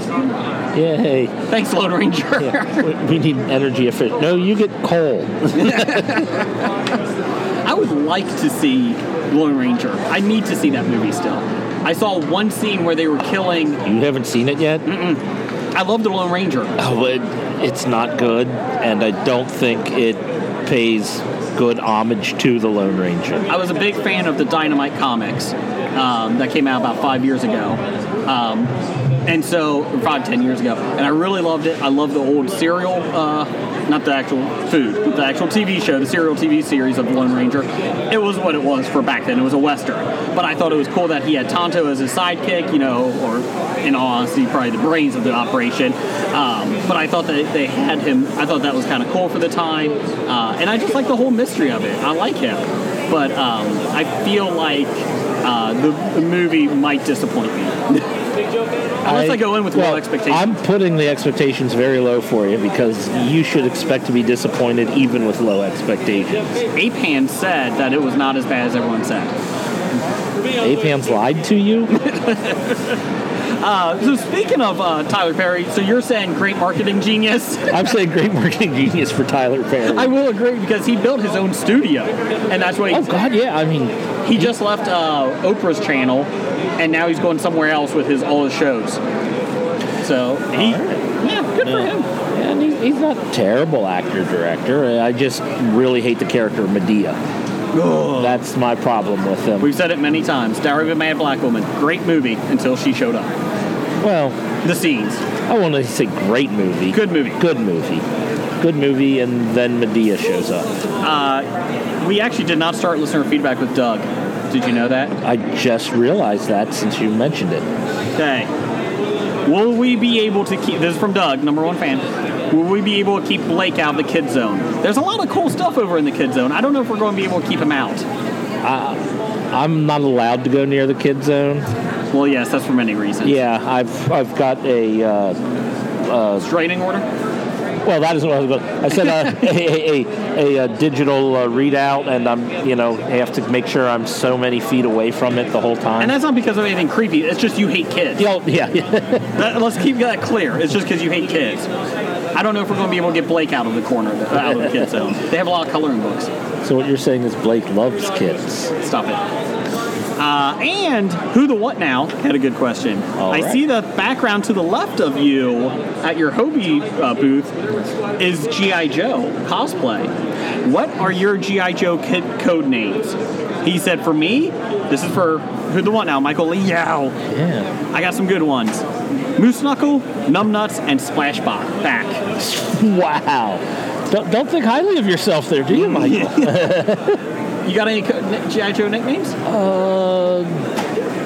S6: Yay.
S5: Thanks, Lone Ranger.
S6: We- We need energy efficient. No, you get coal.
S5: I would like to see Lone Ranger. I need to see that movie still. I saw one scene where they were killing.
S6: You haven't seen it yet?
S5: I love the Lone Ranger.
S6: Oh, it, it's not good, and I don't think it pays good homage to the Lone Ranger.
S5: I was a big fan of the Dynamite comics um, that came out about five years ago. Um, and so, or five, ten years ago. And I really loved it. I love the old serial, uh, not the actual food, but the actual TV show, the serial TV series of the Lone Ranger. It was what it was for back then. It was a Western. But I thought it was cool that he had Tonto as his sidekick, you know, or in all honesty, probably the brains of the operation. Um, but I thought that they had him, I thought that was kind of cool for the time. Uh, and I just like the whole mystery of it. I like him but um, I feel like uh, the, the movie might disappoint me. Unless I, go in with
S6: well,
S5: low expectations.
S6: I'm putting the expectations very low for you because you should expect to be disappointed even with low expectations.
S5: Ape Hand said that it was not as bad as everyone said.
S6: Apan's lied to you?
S5: Uh, so speaking of uh, Tyler Perry, so you're saying great marketing genius?
S6: I'm saying great marketing genius for Tyler Perry.
S5: I will agree because he built his own studio, and that's what he,
S6: oh, God, yeah. I mean,
S5: he just left uh, Oprah's channel, and now he's going somewhere else with his all his shows. So he, yeah, good for him.
S6: yeah, and he- he's not a terrible actor director. I just really hate the character of Medea. That's my problem with him.
S5: We've said it many times. Diary of a Mad Black Woman, great movie until she showed up.
S6: well,
S5: The scenes,
S6: I want to say great movie.
S5: good movie.
S6: Good movie. Good movie, and then Medea shows up.
S5: We actually did not start listener feedback with Doug. Did you know that?
S6: I just realized that since you mentioned it.
S5: Okay. Will we be able to keep? This is from Doug, number one fan. Will we be able to keep Blake out of the kid zone? There's a lot of cool stuff over in the kid zone. I don't know if we're going to be able to keep him out.
S6: I'm not allowed to go near the kid zone.
S5: Well, yes, that's for many reasons.
S6: Yeah, I've I've got a uh,
S5: Straining order.
S6: well. That is what I was going. I said uh, a, a, a, a digital uh, readout, and I'm you know I have to make sure I'm so many feet away from it the whole time.
S5: And that's not because of anything creepy. It's just you hate kids.
S6: You know, yeah, yeah.
S5: That- let's keep that clear. It's just because you hate kids. I don't know if we're going to be able to get Blake out of the corner, out of the kid zone. They have a lot of coloring books.
S6: So what you're saying is Blake loves kids.
S5: Stop it. Uh, and who the what now had a good question.
S6: All
S5: I
S6: right.
S5: see the background to the left of you at your Hobie uh, booth is GI Joe cosplay. What are your GI Joe kid code names? He said for me, this is for who the what now, Michael Lee. Yow.
S6: Yeah.
S5: I got some good ones. Moose Knuckle, Numb Nuts, and Splashbot. Back.
S6: Wow. Don't, don't think highly of yourself there, do you, Michael?
S5: You got any co- GI Joe nicknames?
S6: Uh,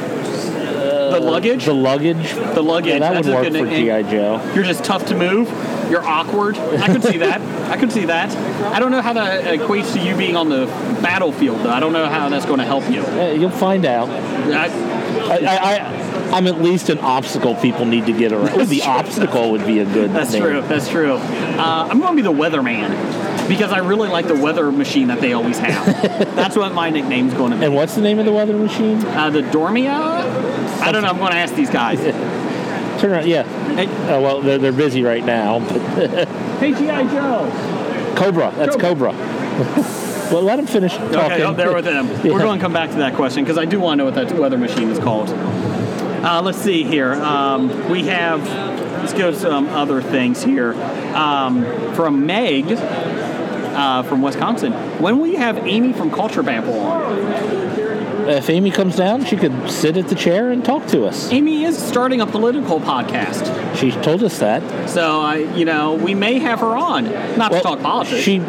S5: the luggage.
S6: The luggage.
S5: The luggage.
S6: Yeah, that
S5: That's
S6: would
S5: a
S6: work
S5: good
S6: for
S5: nickname.
S6: GI Joe.
S5: You're just tough to move. You're awkward. I could see that. I could see that. I don't know how that equates to you being on the battlefield, though. I don't know how that's going to help you.
S6: Uh, you'll find out.
S5: I,
S6: I, I, I, I'm at least an obstacle people need to get around. Ooh, the obstacle would be a good.
S5: that's
S6: name.
S5: true. That's true. Uh, I'm going to be the weatherman because I really like the weather machine that they always have. that's what my nickname's going to be.
S6: And what's the name of the weather machine?
S5: Uh, the Dormia? I don't know. I'm going to ask these guys.
S6: Turn around. Yeah.
S5: Hey,
S6: Oh well, they're, they're busy right now. But
S5: hey G.I. Joe.
S6: Cobra. That's Cobra. well, let him finish talking.
S5: Okay, oh, there with him. We're going to come back to that question because I do want to know what that weather machine is called. Uh, let's see here. Um, we have, let's go to some other things here. Um, from Meg uh, from Wisconsin. When will you have Amy from Culture Babble on?
S6: if Amy comes down, she could sit at the chair and talk to us.
S5: Amy is starting a political podcast.
S6: She told us that.
S5: So, uh, you know, we may have her on. Not to
S6: Well,
S5: talk politics.
S6: She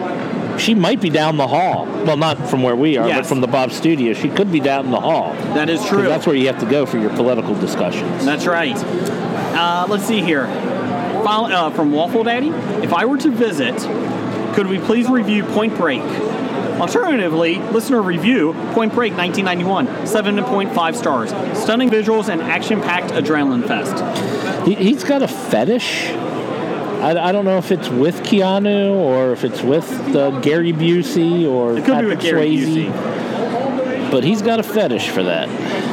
S6: she might be down the hall. Well, not from where we are, but
S5: Yes.
S6: from the Bob Studio. She could be down the hall. 'Cause
S5: that is true.
S6: That's where you have to go for your political discussions.
S5: That's right. Uh, let's see here. Fol- uh, from Waffle Daddy, if I were to visit, could we please review Point Break? Alternatively, listener review Point Break 1991, 7.5 stars. Stunning visuals and action packed adrenaline fest.
S6: He, he's got a fetish. I, I don't know if it's with Keanu or if it's with uh, Gary Busey or
S5: It could be
S6: Patrick
S5: with Gary
S6: Swayze,
S5: Busey.
S6: but he's got a fetish for that.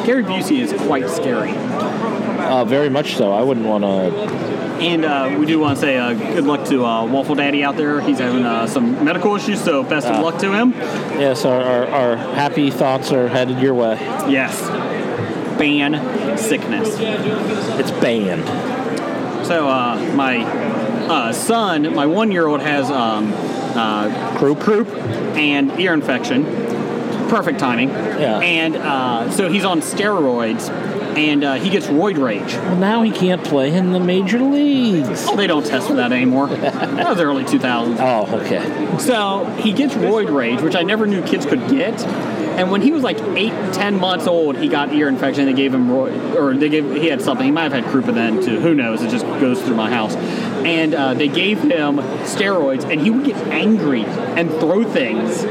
S5: Gary Busey is quite scary.
S6: Uh, very much so. I wouldn't want to.
S5: And uh, we do want to say uh, good luck to uh, Waffle Daddy out there. He's having uh, some medical issues, so best of luck to him.
S6: Yes, our, our, our happy thoughts are headed your way.
S5: Yes. Ban sickness.
S6: It's banned.
S5: So uh, my uh, son, my one-year-old, has um, uh, croup, and ear infection. Perfect timing.
S6: Yeah.
S5: And uh, so he's on steroids, and uh, he gets roid rage.
S6: Well, now he can't play in the major leagues.
S5: Oh, they don't test for that anymore. that was early 2000s.
S6: Oh, okay.
S5: So he gets roid rage, which I never knew kids could get. And when he was like eight, ten months old, he got ear infection. They gave him roid, or they gave he had something. He might have had Krupa then too. Who knows? It just goes through my house. And uh, they gave him steroids, and he would get angry and throw things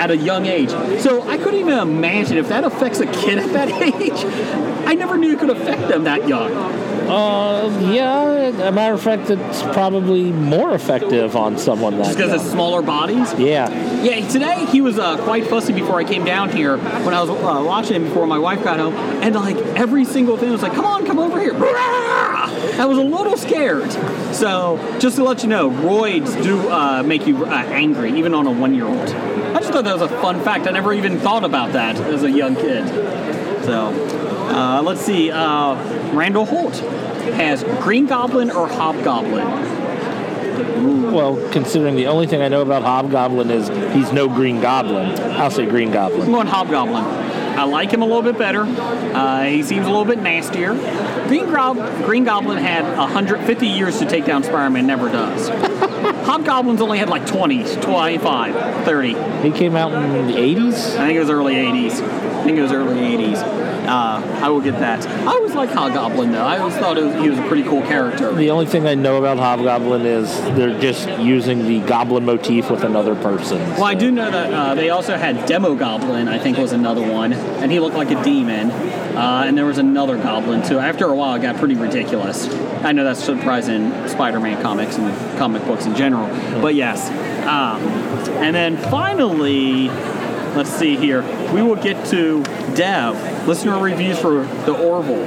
S5: at a young age. So I couldn't even imagine if that affects a kid at that age. I never knew it could affect them that young.
S6: Uh, yeah. As a matter of fact, it's probably more effective on someone that.
S5: Just because
S6: young.
S5: it's smaller bodies.
S6: yeah.
S5: Yeah, today he was uh, quite fussy before I came down here when I was uh, watching him before my wife got home, and like every single thing was like, "Come on, come over here!" I was a little scared. So just to let you know, roids do uh, make you uh, angry, even on a one-year-old. I just thought that was a fun fact. I never even thought about that as a young kid. So uh, let's see. Uh, Randall Holt has Green Goblin or Hobgoblin.
S6: Well, considering the only thing I know about Hobgoblin is he's no Green Goblin. I'll say Green
S5: I'm
S6: Goblin.
S5: going Hobgoblin. I like him a little bit better. Uh, he seems a little bit nastier. Green, Gob- Green Goblin had 150 years to take down Spider-Man, never does. Hobgoblin's only had like 20, 25, 30. I
S6: He came out in the '80s.
S5: think it was early 80s. I think it was early 80s. Uh, I will get that. I always liked Hobgoblin, though. I always thought it was, he was a pretty cool character.
S6: The only thing I know about Hobgoblin is they're just using the goblin motif with another person.
S5: Well, I do know that uh, they also had Demo Goblin, I think was another one, and he looked like a demon. Uh, and there was another goblin too. After a while, it got pretty ridiculous. I know that's surprising Spider-Man comics and comic books in general, but yes. Um, and then finally, let's see here. We will get to Dev listener reviews for the Orville.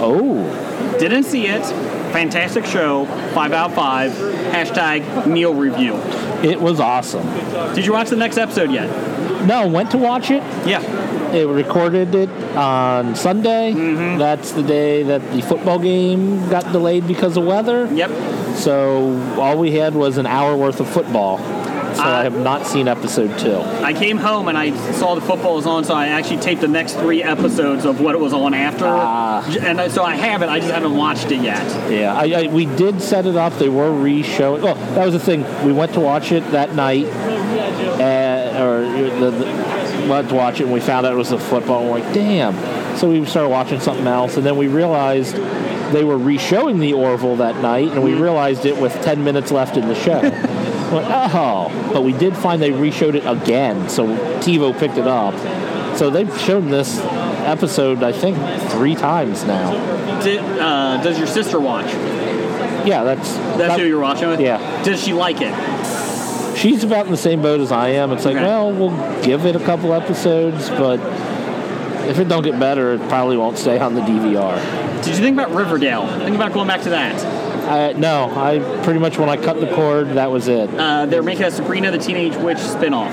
S6: Oh,
S5: Didn't see it. Fantastic show. Five out of five. Hashtag meal review.
S6: it was awesome.
S5: Did you watch the next episode yet?
S6: No, went to watch it.
S5: Yeah.
S6: They recorded it on Sunday. That's the day that the football game got delayed because of weather.
S5: Yep.
S6: So all we had was an hour worth of football. So
S5: Uh,
S6: I have not seen episode two.
S5: I came home and I saw the football was on, so I actually taped the next three episodes of what it was on after.
S6: Ah.
S5: and I, so I have it, I just haven't watched it yet.
S6: Yeah, I, I, we did set it up. They were re-showing. Well, that was the thing. We went to watch it that night, uh, or the, the, went to watch it, and we found out it was the football. And we're like, damn. So we started watching something else, and then we realized they were re-showing the Orville that night, and we realized it with ten minutes left in the show. We're like, oh, but we did find they re-showed it again, so TiVo picked it up. So they've shown this episode, I think, three times now.
S5: Did, uh, does your sister watch?
S6: Yeah, that's
S5: That's who you're watching with?
S6: Yeah.
S5: Does she like it?
S6: she's about in the same boat as I am. It's like,
S5: Okay.
S6: well, we'll give it a couple episodes, but if it don't get better, it probably won't stay on the DVR.
S5: Did you think about Riverdale? Think about going back to that.
S6: I, no, I pretty much when I cut the cord, that was it.
S5: Uh, they're making a Sabrina the Teenage Witch spinoff.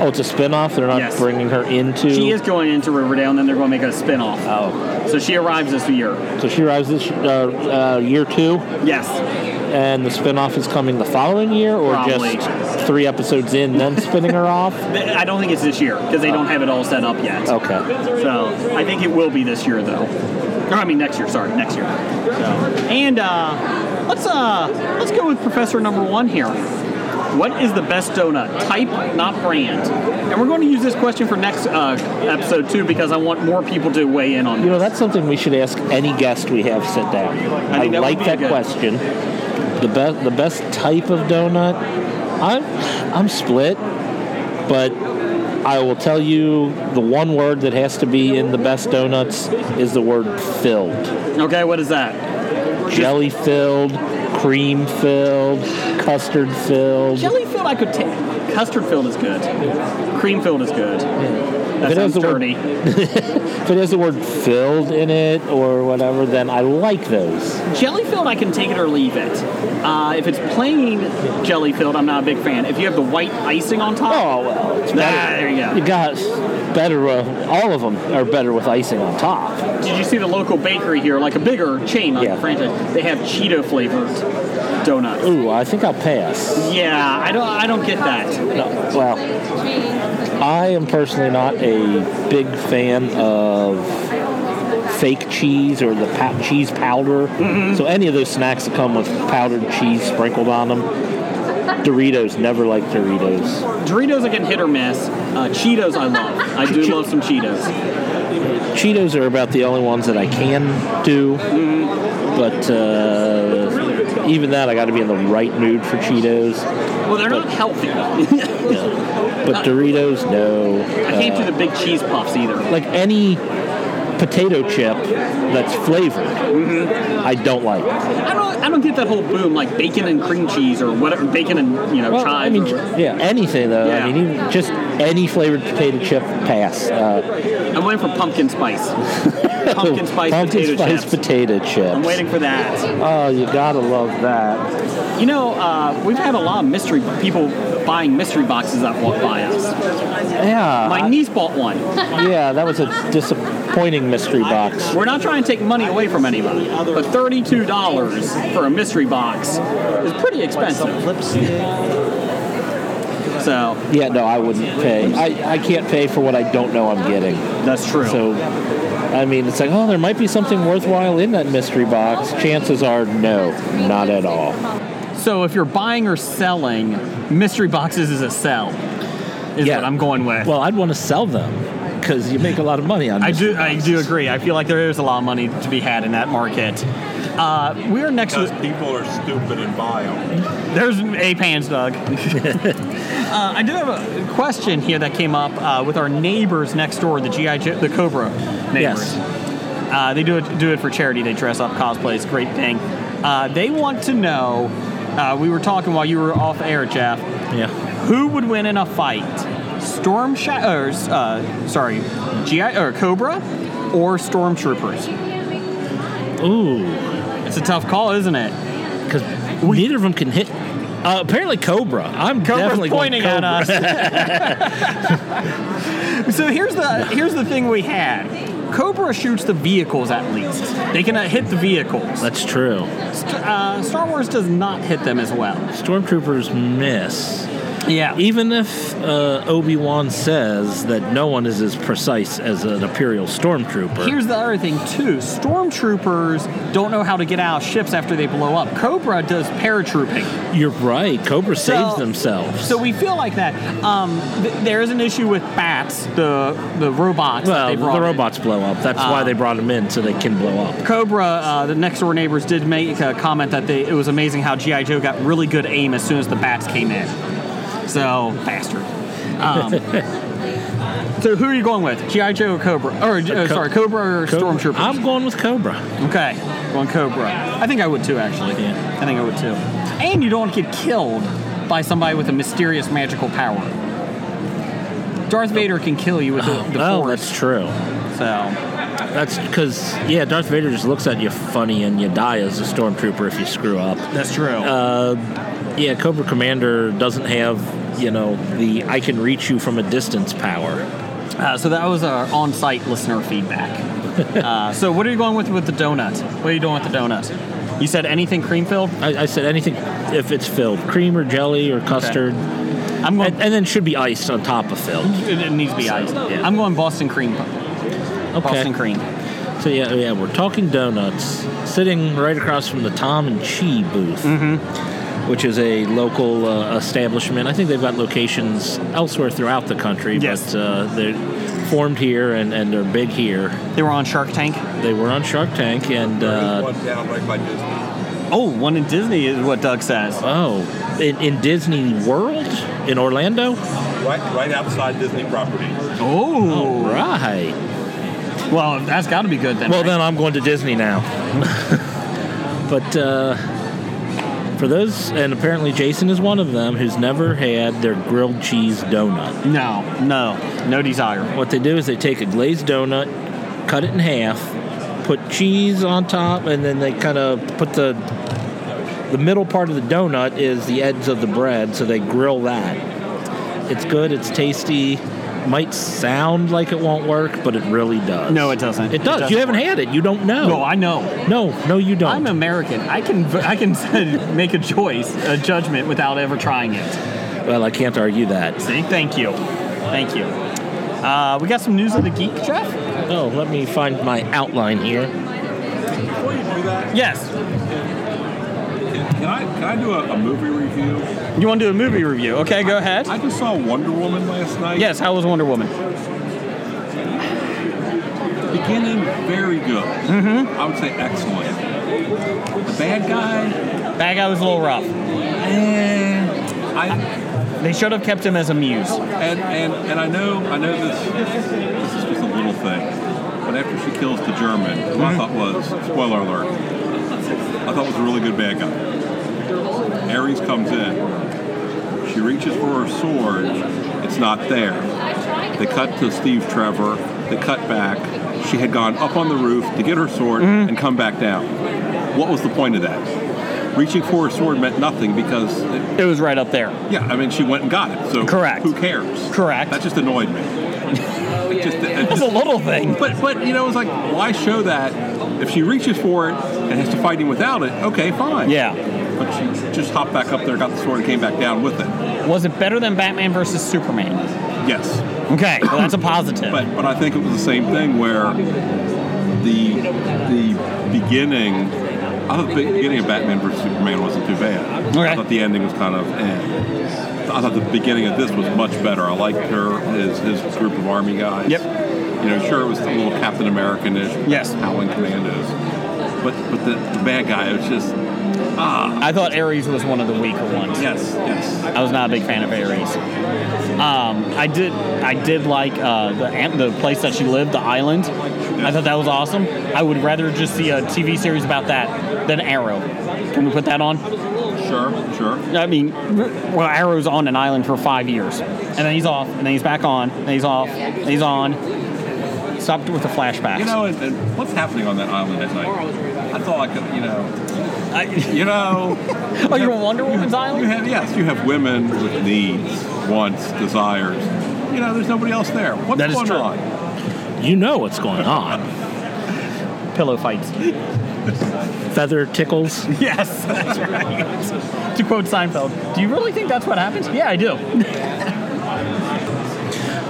S6: Oh, it's a spinoff. They're not
S5: Yes.
S6: bringing her into.
S5: She is going into Riverdale, and then they're going to make a spinoff.
S6: Oh,
S5: So she arrives this year.
S6: so she arrives this uh, uh, year two,
S5: Yes.
S6: and the spinoff is coming the following year, or
S5: Probably.
S6: just three episodes in, then spinning her off?
S5: I don't think it's this year because they don't have it all set up yet.
S6: Oh. Okay.
S5: So I think it will be this year, though. Or I mean next year. Sorry, next year. So, and uh, let's uh, let's go with Professor Number One here. What is the best donut? Type, not brand. And we're going to use this question for next uh, episode too because I want more people to weigh in on.
S6: You know, that's something we should ask any guest we have sit down.
S5: I
S6: I,
S5: think that would
S6: like
S5: be a
S6: that
S5: good-
S6: question. The best, the best type of donut. I'm, I'm split, but I will tell you the one word that has to be in the best donuts is the word filled.
S5: Okay, what is that?
S6: Jelly filled, cream filled, custard filled.
S5: Jelly filled, I could take. Custard filled is good. Cream filled is good. That
S6: If it has
S5: sounds
S6: the word-
S5: dirty.
S6: If it has the word filled in it or whatever, then I like those.
S5: Jelly filled, I can take it or leave it. Uh, if it's plain jelly filled, I'm not a big fan. If you have the white icing on top,
S6: Oh well, it's
S5: Nah,
S6: better.
S5: there you go.
S6: got better. Uh, all of them are better with icing on top.
S5: Did you see the local bakery here, like a bigger chain, like
S6: Yeah.
S5: a franchise? They have Cheeto flavored donuts.
S6: Ooh, I think I'll pass.
S5: Yeah, I don't, I don't get that.
S6: No, well, I am personally not a big fan of fake cheese or the pow- cheese powder. So any of those snacks that come with powdered cheese sprinkled on them. Doritos never like Doritos.
S5: Doritos I can hit or miss. Uh, Cheetos I love. I do love some Cheetos.
S6: Cheetos are about the only ones that I can do, but uh, even that I got to be in the right mood for Cheetos.
S5: Well, they're not healthy. I
S6: But Doritos, no.
S5: can't
S6: Uh,
S5: do the big cheese puffs either.
S6: like any potato chip that's flavored, I don't like.
S5: I don't, I don't get that whole boom like bacon and cream cheese or whatever bacon and you know
S6: Well,
S5: chives.
S6: I mean,
S5: or-
S6: yeah, anything though.
S5: Yeah.
S6: I mean, even just any flavored potato chip, pass. Uh, oh,
S5: I'm waiting for pumpkin spice. pumpkin spice
S6: pumpkin
S5: potato
S6: spice
S5: chips.
S6: potato chips.
S5: I'm waiting for that.
S6: Oh, you gotta love that.
S5: You know, uh, we've had a lot of mystery people buying mystery boxes that walk by us.
S6: Yeah,
S5: My
S6: I-
S5: niece bought one.
S6: yeah, that was a disappointing mystery box.
S5: We're not trying to take money away from anybody, but thirty-two dollars for a mystery box is pretty expensive. So
S6: Yeah, no, I wouldn't pay. I, I can't pay for what I don't know I'm getting.
S5: that's true.
S6: So, I mean, it's like, oh, there might be something worthwhile in that mystery box. Chances are, no, not at all.
S5: So if you're buying or selling, mystery boxes is a sell. Is
S6: Yeah.
S5: what I'm going with.
S6: Well, I'd want to sell them because you make a lot of money on.
S5: I
S6: this.
S5: do. I do agree. I feel like there is a lot of money to be had in that market. Uh, we are next.
S8: Because
S5: To,
S8: people are stupid and buy them.
S5: there's a pans, Doug. uh, I do have a question here that came up uh, with our neighbors next door, the GI Joe, the Cobra neighbors.
S6: Yes.
S5: Uh, they do it, do it for charity. They dress up, cosplay. It's a great thing. Uh, they want to know. Uh, we were talking while you were off air, Jeff.
S6: Yeah.
S5: Who would win in a fight? Storm Shadow, or uh, sorry, GI or Cobra, or Stormtroopers?
S6: Ooh,
S5: It's a tough call, isn't it?
S6: because neither of them can hit. Uh, apparently, Cobra. I'm
S5: Cobra's
S6: definitely going
S5: pointing
S6: Cobra.
S5: at us. so here's the here's the thing we had. Cobra shoots the vehicles at least. They can uh, hit the vehicles.
S6: That's true.
S5: St- uh, Star Wars does not hit them as well. E-,
S6: Stormtroopers miss.
S5: Yeah.
S6: Even if uh, Obi Wan says that no one is as precise as an Imperial Stormtrooper.
S5: Here's the other thing too. Stormtroopers don't know how to get out of ships after they blow up. Cobra does paratrooping.
S6: You're right. Cobra saves
S5: So-
S6: themselves.
S5: So we feel like that. Um, th- there is an issue with bats, the the robots. that
S6: well,
S5: they brought Ah.
S6: the
S5: in.
S6: robots blow up. That's why they brought them in so they can blow up.
S5: Cobra, uh, the next door neighbors did make a comment that they, it was amazing how GI Joe got really good aim as soon as the bats came in. So bastard. Um, so who are you going with, GI Joe or Cobra? Or uh, sorry, Cobra or Stormtrooper?
S6: I'm going with Cobra.
S5: Okay, going Cobra. I think I would too, actually.
S6: Yeah.
S5: I think I would too. And you don't want to get killed by somebody with a mysterious magical power. Darth Vader can kill you with the, the
S6: oh,
S5: force.
S6: that's true.
S5: So
S6: That's because yeah, Darth Vader just looks at you funny and you die as a stormtrooper if you screw up.
S5: that's true.
S6: Yeah, Cobra Commander doesn't have you know the I can reach you from a distance power.
S5: Uh, so that was our on-site listener feedback. uh, so what are you going with with the donut? What are you doing with the donut? You said anything cream filled?
S6: I, I said anything if it's filled, cream or jelly or custard,
S5: I'm going.
S6: and, and then should be iced on top of filled.
S5: it, it needs to be iced. I'm going Boston cream. Boston cream.
S6: So yeah, yeah, we're talking donuts, sitting right across from the Tom and Chi booth, which is a local uh, establishment. I think they've got locations elsewhere throughout the country,
S5: Yes.
S6: but uh, they're formed here and, and they're big here.
S5: They were on Shark Tank.
S6: They were on Shark Tank, and
S8: There's
S6: uh,
S8: one down right by Disney.
S5: Oh, one in Disney is what Doug says.
S6: oh, in, in Disney World in Orlando.
S8: Right, right outside Disney property.
S5: Oh,
S6: Right.
S5: well, that's got to be good then.
S6: Well,
S5: right?
S6: then I'm going to Disney now. but uh, for those, and apparently Jason is one of them who's never had their grilled cheese donut.
S5: no, no, no desire.
S6: What they do is they take a glazed donut, cut it in half, put cheese on top, and then they kind of put the the middle part of the donut is the edge of the bread, so they grill that. It's good. It's tasty. Might sound like it won't work, but it really does.
S5: No, it doesn't.
S6: It does.
S5: It
S6: you
S5: doesn't
S6: haven't had it. You don't know.
S5: No, I know.
S6: No, no, you don't.
S5: I'm American. I can I can make a choice, a judgment without ever trying it.
S6: well, I can't argue that.
S5: See, thank you, thank you. Uh, we got some news of the geek, Jeff.
S6: Oh, let me find my outline here.
S8: Before you do that,
S5: Yes.
S8: can I can I do a, a movie review?
S5: You want to do a movie review? Okay, go ahead.
S8: I just saw Wonder Woman last night.
S5: Yes. How was Wonder Woman?
S8: Beginning very good. I would say excellent. The bad guy,
S5: That guy was a little rough.
S8: eh, I
S5: They should have kept him as a muse.
S8: and, and and I know I know this this is just a little thing, but after she kills the German, who I thought was spoiler alert, I thought was a really good bad guy. Ares comes in, she reaches for her sword, it's not there. They cut to Steve Trevor. They cut back. She had gone up on the roof to get her sword and come back down. What was the point of that? Reaching for her sword meant nothing because it
S5: It was right up there.
S8: yeah, I mean, she went and got it. So
S5: Correct.
S8: Who cares?
S5: Correct.
S8: That just annoyed me. It just, it
S5: It's a
S8: just-
S5: little thing.
S8: but but you know, it's like why show that if she reaches for it and has to fight him without it? Okay, fine.
S5: Yeah.
S8: But she just hopped back up there, got the sword, and came back down with it.
S5: Was it better than Batman versus Superman?
S8: Yes.
S5: Okay, well that's a positive.
S8: But but I think it was the same thing where the the beginning. I thought the beginning of Batman vs Superman wasn't too bad.
S5: Okay.
S8: I thought the ending was kind of. Eh. I thought the beginning of this was much better. I liked her, his, his group of army guys.
S5: Yep.
S8: You know, sure it was a little Captain American-ish.
S5: Yes.
S8: Howling Commandos. But but the, the bad guy it was just ah
S5: I thought Ares was one of the weaker ones.
S8: yes yes
S5: I was not a big fan of Ares. Um, I did, I did like uh, the am- the place that she lived, the island. I thought that was awesome. I would rather just see a TV series about that than Arrow. Can we put that on?
S8: sure sure.
S5: I mean, well, Arrow's on an island for five years, and then he's off, and then he's back on, and he's off, and he's on. Stop with the flashbacks.
S8: You know, and, and what's happening on that island at night? That's all I could, you know.
S5: I,
S8: You know.
S5: oh, you're on Wonder Woman's
S8: You
S5: island.
S8: have yes, you have women with needs, wants, desires. You know, there's nobody else there. What's
S5: That is
S8: going
S5: true.
S8: on?
S6: You know what's going on.
S5: Pillow fights.
S6: Feather tickles.
S5: Yes, that's right. to quote Seinfeld, "Do you really think that's what happens?" Yeah, I do.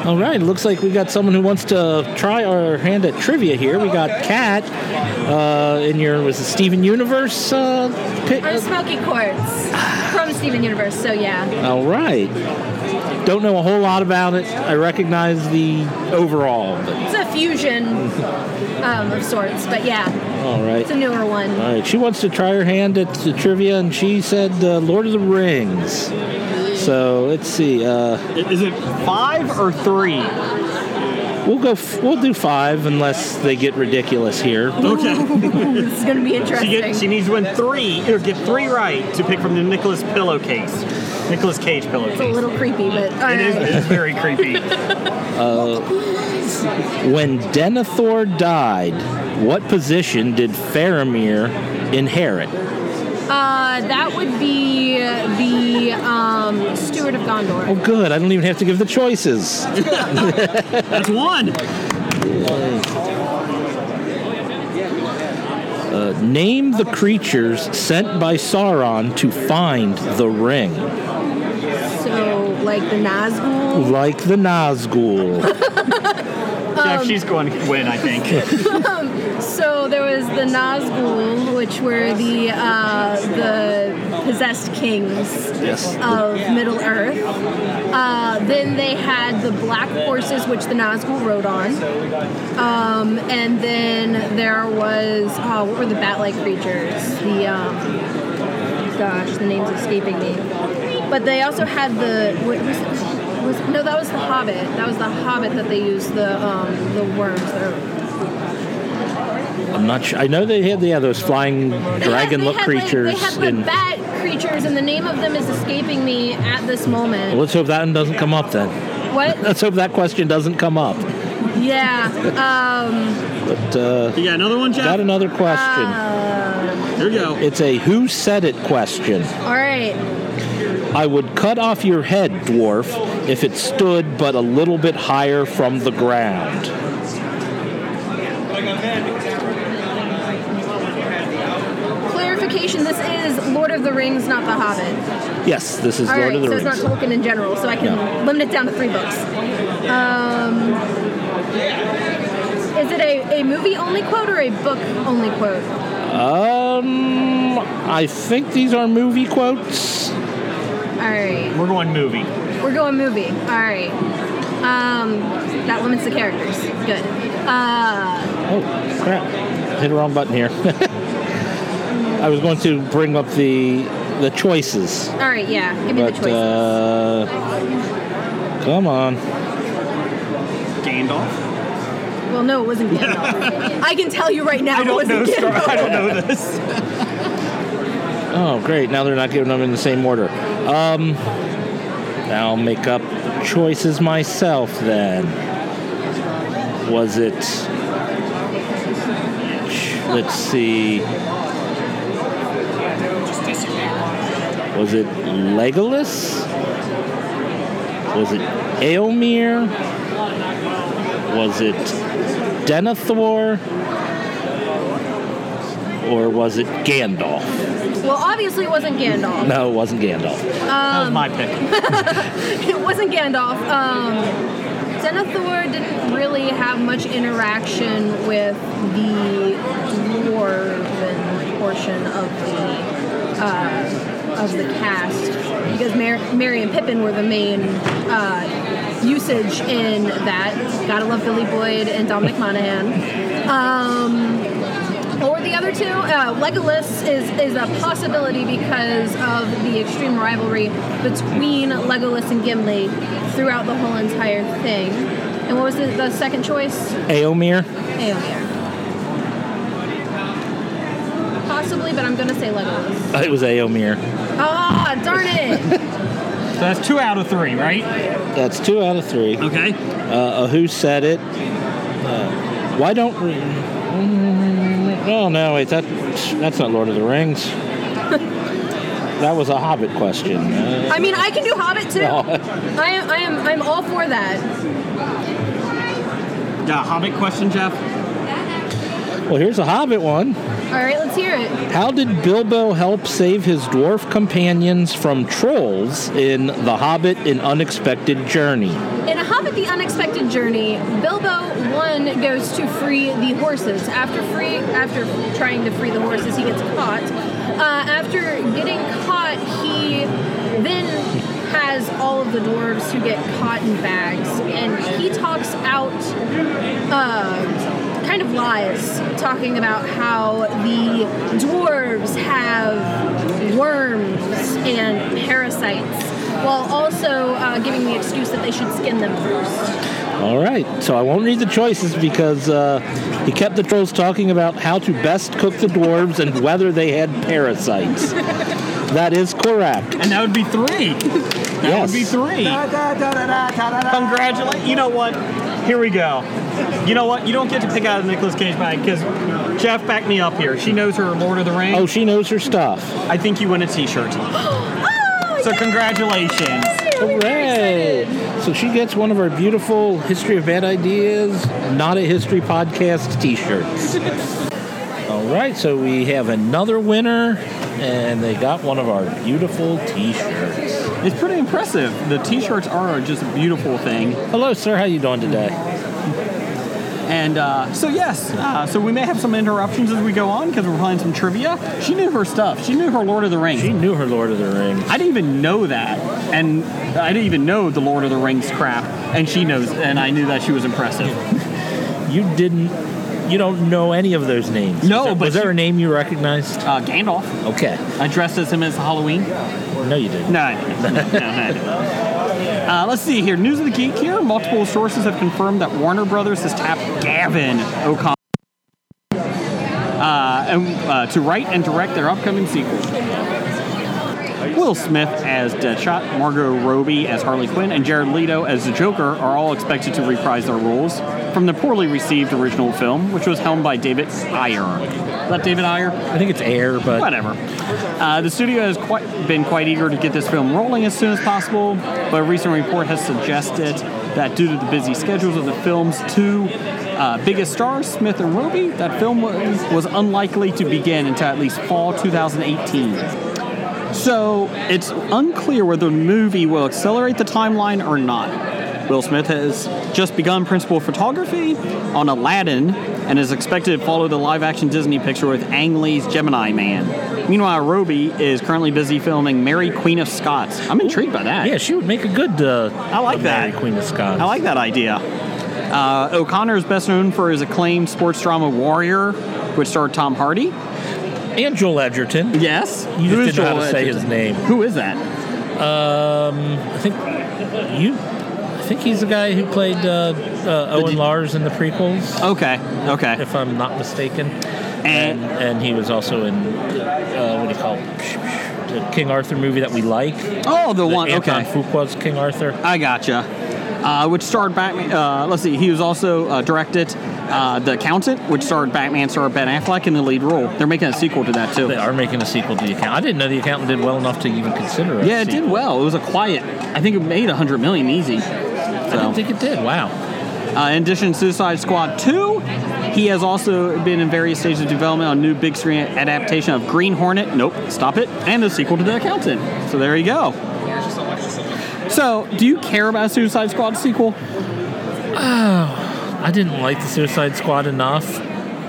S6: All right, looks like we got someone who wants to try our hand at trivia here. We got Kat uh, in your was it Steven Universe uh, pick.
S7: I'm smoking quartz from Steven Universe, so yeah.
S6: All right. Don't know a whole lot about it. I recognize the overall. But,
S7: It's a fusion um, of sorts, but yeah,
S6: all right.
S7: it's a newer one.
S6: All right, she wants to try her hand at the trivia, and she said uh, Lord of the Rings. So let's see. Uh,
S5: Is it five or three?
S6: we'll go. F- we'll do five, unless they get ridiculous here.
S5: Okay.
S7: This is gonna be
S5: she,
S7: interesting.
S5: get, she needs to win three or get three right to pick from the Nicholas pillowcase. Nicholas Cage
S7: it's a
S5: pillowcase.
S7: little creepy, but
S5: It is
S7: alright.
S5: it's very creepy.
S6: When Denethor died, what position did Faramir inherit?
S7: Uh, that would be the um, Steward of
S6: Oh,
S7: Gondor.
S6: good. I don't even have to give the choices.
S5: That's one.
S6: Uh, name the creatures sent by Sauron to find the ring,
S7: So, like the Nazgul.
S6: like the Nazgul.
S5: Jeff, she's going to win, I think.
S7: So there was the Nazgul, which were the uh, the possessed kings
S6: yes.
S7: of Middle Earth. Uh, then they had the black horses, which the Nazgul rode on. Um, and then there was oh, what were the bat-like creatures? The um, gosh, the name's escaping me. But they also had the what was it? Was, no, that was the Hobbit. That was the Hobbit that they used the um, the worms. The,
S6: I'm not sure. I know they had yeah, those flying dragon look
S7: they had, like-
S6: creatures.
S7: They had like
S6: in,
S7: bat creatures, and the name of them is escaping me at this
S6: well,
S7: moment.
S6: let's hope that one doesn't come up then.
S7: What?
S6: Let's hope that question doesn't come up.
S7: Yeah. Um,
S6: But uh,
S5: You got another one, Jeff?
S6: got another question.
S5: Here you go.
S6: It's a who said it question.
S7: all right.
S6: I would cut off your head, dwarf, if it stood but a little bit higher from the ground.
S7: Clarification: This is Lord of the Rings, not The Hobbit.
S6: Yes, this is
S7: All
S6: Lord
S7: right,
S6: of the
S7: so
S6: Rings.
S7: it's not Tolkien in general, so I can
S6: No.
S7: limit it down to three books. Um, is it a, a movie only quote or a book only quote?
S6: um, I think these are movie quotes.
S7: All right,
S5: We're going movie.
S7: we're going movie. All right, um, that limits the characters. Good. Uh,
S6: Oh, crap. Hit the wrong button here. I was going to bring up the the choices,
S7: all right, yeah. Give me the
S6: but
S7: choices.
S6: uh, come on.
S5: Gandalf.
S7: well, no, it wasn't Gandalf. I can tell you right now,
S5: I
S7: it
S5: don't know
S7: wasn't
S5: Star.
S7: Gandalf.
S5: I don't know this.
S6: Oh, great. Now they're not giving them in the same order. Um, I'll make up choices myself then. Was it. Let's see. Was it Legolas? Was it Eomir? Was it Denethor? Or was it Gandalf?
S7: Well, obviously, it wasn't Gandalf.
S6: No, it wasn't Gandalf.
S5: that was my pick.
S7: it wasn't Gandalf. Um, Denethor didn't really have much interaction with the dwarven portion of the uh, of the cast because Mar- Mary and Pippin were the main uh, usage in that. Gotta love Billy Boyd and Dominic Monaghan. Um, or the other two. Uh, Legolas is, is a possibility because of the extreme rivalry between Legolas and Gimli throughout the whole entire thing. And what was the, the second choice?
S6: Aomir?
S7: Aeomer. Possibly, but I'm going to say Legolas.
S6: It was Aomir.
S7: Ah, darn it!
S5: So that's two out of three, right?
S6: That's two out of three. Uh,
S5: Okay.
S6: uh, who said it? Uh, why don't? we- Mm, Oh no, wait. That that's not Lord of the Rings. that was a Hobbit question. Uh,
S7: I mean, I can do Hobbit too.
S6: no.
S7: I am, I am, I'm all for that.
S5: Got a Hobbit question, Jeff?
S6: well, here's a Hobbit one.
S7: All right, let's hear it.
S6: How did Bilbo help save his dwarf companions from trolls in The Hobbit: An Unexpected Journey?
S7: In A Hobbit the Unexpected Journey, Bilbo one goes to free the horses. After free after trying to free the horses, he gets caught. Uh, after getting caught, he then has all of the dwarves who get caught in bags, and he talks out uh, kind of lies, talking about how the dwarves have worms and parasites, while also uh, giving the excuse that they should skin them first.
S6: All right, so I won't read the choices because uh, he kept the trolls talking about how to best cook the dwarves and whether they had parasites. that is correct.
S5: And that would be three. That
S6: Yes.
S5: would be three. Congratulate. You know what? Here we go. You know what? You don't get to pick out a Nicolas Cage bag because Jeff backed me up here. She knows her Lord of the Rings.
S6: Oh, she knows her stuff.
S5: I think you win a T-shirt.
S7: Oh,
S5: So congratulations.
S6: Hooray! So she gets one of our beautiful History of Bad Ideas, not a history podcast t shirts. All right, so we have another winner, and they got one of our beautiful T-shirts.
S5: It's pretty impressive. The T-shirts are just a beautiful thing.
S6: Hello, sir. How you doing today?
S5: And uh, so yes, uh, so we may have some interruptions as we go on because we're playing some trivia. She knew her stuff. She knew her Lord of the Rings.
S6: She knew her Lord of the Rings.
S5: I didn't even know that, and I didn't even know the Lord of the Rings crap. And she knows, and I knew that she was impressive.
S6: You didn't. You don't know any of those names.
S5: No,
S6: Was there-
S5: but
S6: was there
S5: she-
S6: a name you recognized?
S5: Uh, Gandalf.
S6: Okay.
S5: I dressed as him as Halloween.
S6: No, you didn't.
S5: No, I didn't. No, no, I didn't. Uh, let's see here. News of the Geek here. Multiple sources have confirmed that Warner Brothers has tapped Gavin O'Connor uh, and, uh, to write and direct their upcoming sequel. Will Smith as Deadshot, Margot Robbie as Harley Quinn, and Jared Leto as the Joker are all expected to reprise their roles from the poorly received original film, which was helmed by David Ayer. Is that David Ayer?
S6: I think it's air, but
S5: whatever. Uh, the studio has quite, been quite eager to get this film rolling as soon as possible, but a recent report has suggested that due to the busy schedules of the film's two uh, biggest stars, Smith and Roby, that film was, was unlikely to begin until at least fall 2018. So it's unclear whether the movie will accelerate the timeline or not. Will Smith has just begun principal photography on Aladdin and is expected to follow the live action Disney picture with Ang Lee's Gemini Man. Meanwhile, Roby is currently busy filming Mary Queen of Scots. I'm intrigued by that.
S6: yeah, she would make a good. Uh,
S5: I like
S6: the Mary
S5: that.
S6: Queen of Scots.
S5: I like that idea. Uh, O'Connor is best known for his acclaimed sports drama Warrior, which starred Tom Hardy.
S6: And Joel Edgerton.
S5: Yes.
S6: You
S5: Who
S6: just
S5: is
S6: didn't know how
S5: Joel
S6: to say
S5: Edgerton?
S6: his name.
S5: Who is that?
S6: Um, I think you. I think he's the guy who played uh, uh, Owen Lars in the prequels,
S5: Okay. Okay.
S6: if I'm not mistaken.
S5: uh,
S6: And and he was also in uh, what do you call it? the King Arthur movie that we like.
S5: Oh, the, one.
S6: Anton
S5: Okay,
S6: Fuqua's King Arthur.
S5: I gotcha. Uh, which starred Batman. Uh, let's see. He was also uh, directed uh, The Accountant, which starred Batman star Ben Affleck in the lead role. They're making a sequel to that too.
S6: They are making a sequel to The Accountant. I didn't know The Accountant did well enough to even consider it.
S5: Yeah, it did well. It was a quiet. I think it made 100 million easy.
S6: I
S5: So.
S6: didn't think it did. Wow.
S5: Uh, in addition to Suicide Squad 2, he has also been in various stages of development on new big screen adaptation of Green Hornet, nope, stop it, and the sequel to The Accountant. So there you go. So, do you care about a Suicide Squad sequel?
S6: I didn't like the Suicide Squad enough.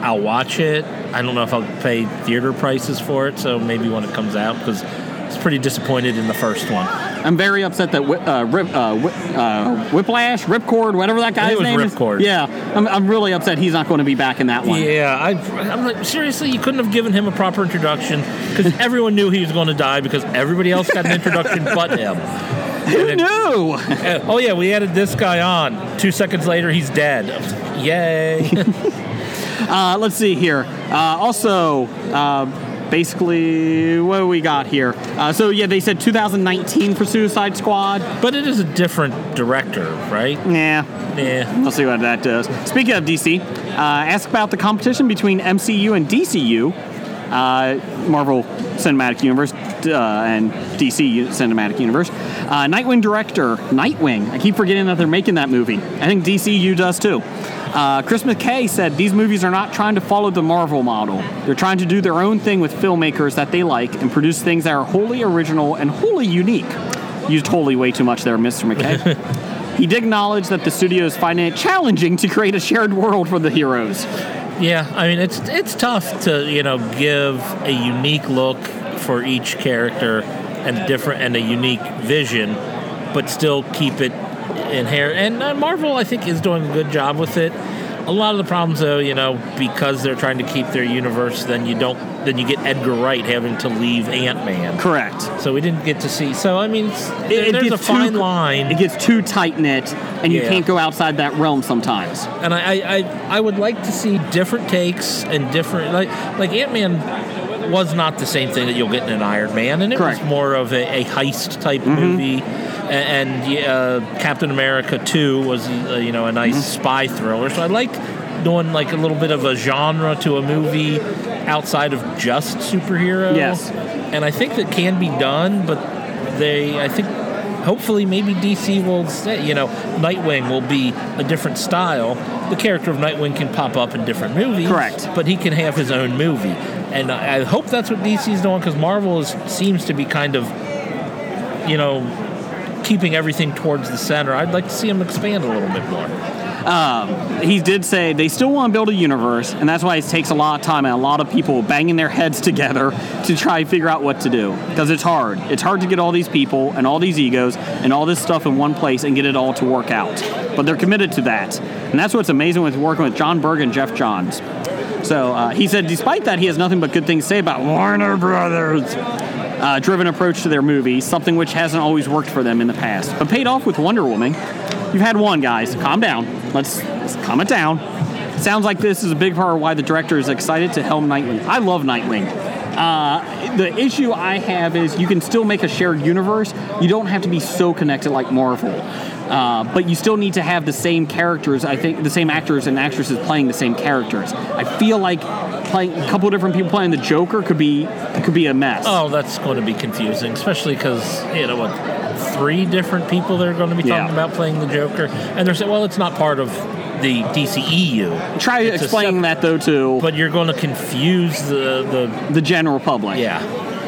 S6: I'll watch it. I don't know if I'll pay theater prices for it, so maybe when it comes out because it's pretty disappointed in the first one.
S5: I'm very upset that Whi- uh, Rip, uh, Whi- uh, Whiplash, Ripcord, whatever that guy's
S6: think it
S5: name
S6: was Ripcord.
S5: is. Yeah, I'm, I'm really upset he's not going to be back in that one.
S6: Yeah, I, I'm like seriously, you couldn't have given him a proper introduction because everyone knew he was going to die because everybody else got an introduction but him.
S5: Who knew?
S6: Uh, oh yeah, we added this guy on. Two seconds later, he's dead. Yay!
S5: Uh, let's see here. Uh, also, uh, basically, what do we got here? Uh, so, yeah, they said 2019 for Suicide Squad.
S6: but it is a different director, right?
S5: Nah,
S6: Yeah.
S5: We'll see what that does. Speaking of DC, uh, ask about the competition between MCU and DCU, uh, Marvel Cinematic Universe uh, and DC U- Cinematic Universe. Uh, Nightwing director, Nightwing. I keep forgetting that they're making that movie. I think DCU does too. Uh, Chris McKay said these movies are not trying to follow the Marvel model. They're trying to do their own thing with filmmakers that they like and produce things that are wholly original and wholly unique. Used wholly way too much there, Mr. McKay. He did acknowledge that the studios find it challenging to create a shared world for the heroes.
S6: Yeah, I mean it's it's tough to you know give a unique look for each character and different and a unique vision, but still keep it in here. And uh, Marvel, I think, is doing a good job with it. A lot of the problems, though, you know, because they're trying to keep their universe, then you don't then you get Edgar Wright having to leave Ant Man.
S5: Correct.
S6: So we didn't get to see. So I mean, it's, there's a fine
S5: too,
S6: line.
S5: It gets too tight knit, and you
S6: Yeah.
S5: can't go outside that realm sometimes.
S6: and I, I, I, I would like to see different takes and different like like Ant Man was not the same thing that you'll get in an Iron Man, and it
S5: Correct.
S6: was more of a, a heist type movie. A- And, uh, Captain America Two was uh, you know a nice spy thriller. So I like doing like a little bit of a genre to a movie outside of just superhero.
S5: Yes.
S6: and I think that can be done, but they I think hopefully maybe DC will stay. You know, Nightwing will be a different style. The character of Nightwing can pop up in different movies,
S5: Correct.
S6: But he can have his own movie, and I, I hope that's what DC's doing because Marvel is, seems to be kind of, you know, keeping everything towards the center. I'd like to see him expand a little bit more.
S5: Um, he did say they still want to build a universe, and that's why it takes a lot of time and a lot of people banging their heads together to try and figure out what to do. Because it's hard. It's hard to get all these people and all these egos and all this stuff in one place and get it all to work out. But they're committed to that. And that's what's amazing with working with John Berg and Jeff Johns. So uh, he said, despite that, he has nothing but good things to say about Warner Brothers. Uh, driven approach to their movies, something which hasn't always worked for them in the past, but paid off with Wonder Woman. You've had one, guys. Calm down. Let's, let's calm it down. Sounds like this is a big part of why the director is excited to helm Nightwing. I love Nightwing. Uh, the issue I have is you can still make a shared universe. You don't have to be so connected like Marvel, uh, but you still need to have the same characters. I think the same actors and actresses playing the same characters. I feel like playing a couple different people playing the Joker could be could be a mess.
S6: Oh, that's going to be confusing, especially because you know what, three different people they're going to be talking about playing the Joker, and they're saying, well, it's not part of the DCEU.
S5: Try explaining that though to.
S6: But you're going to confuse the
S5: the the general public.
S6: Yeah,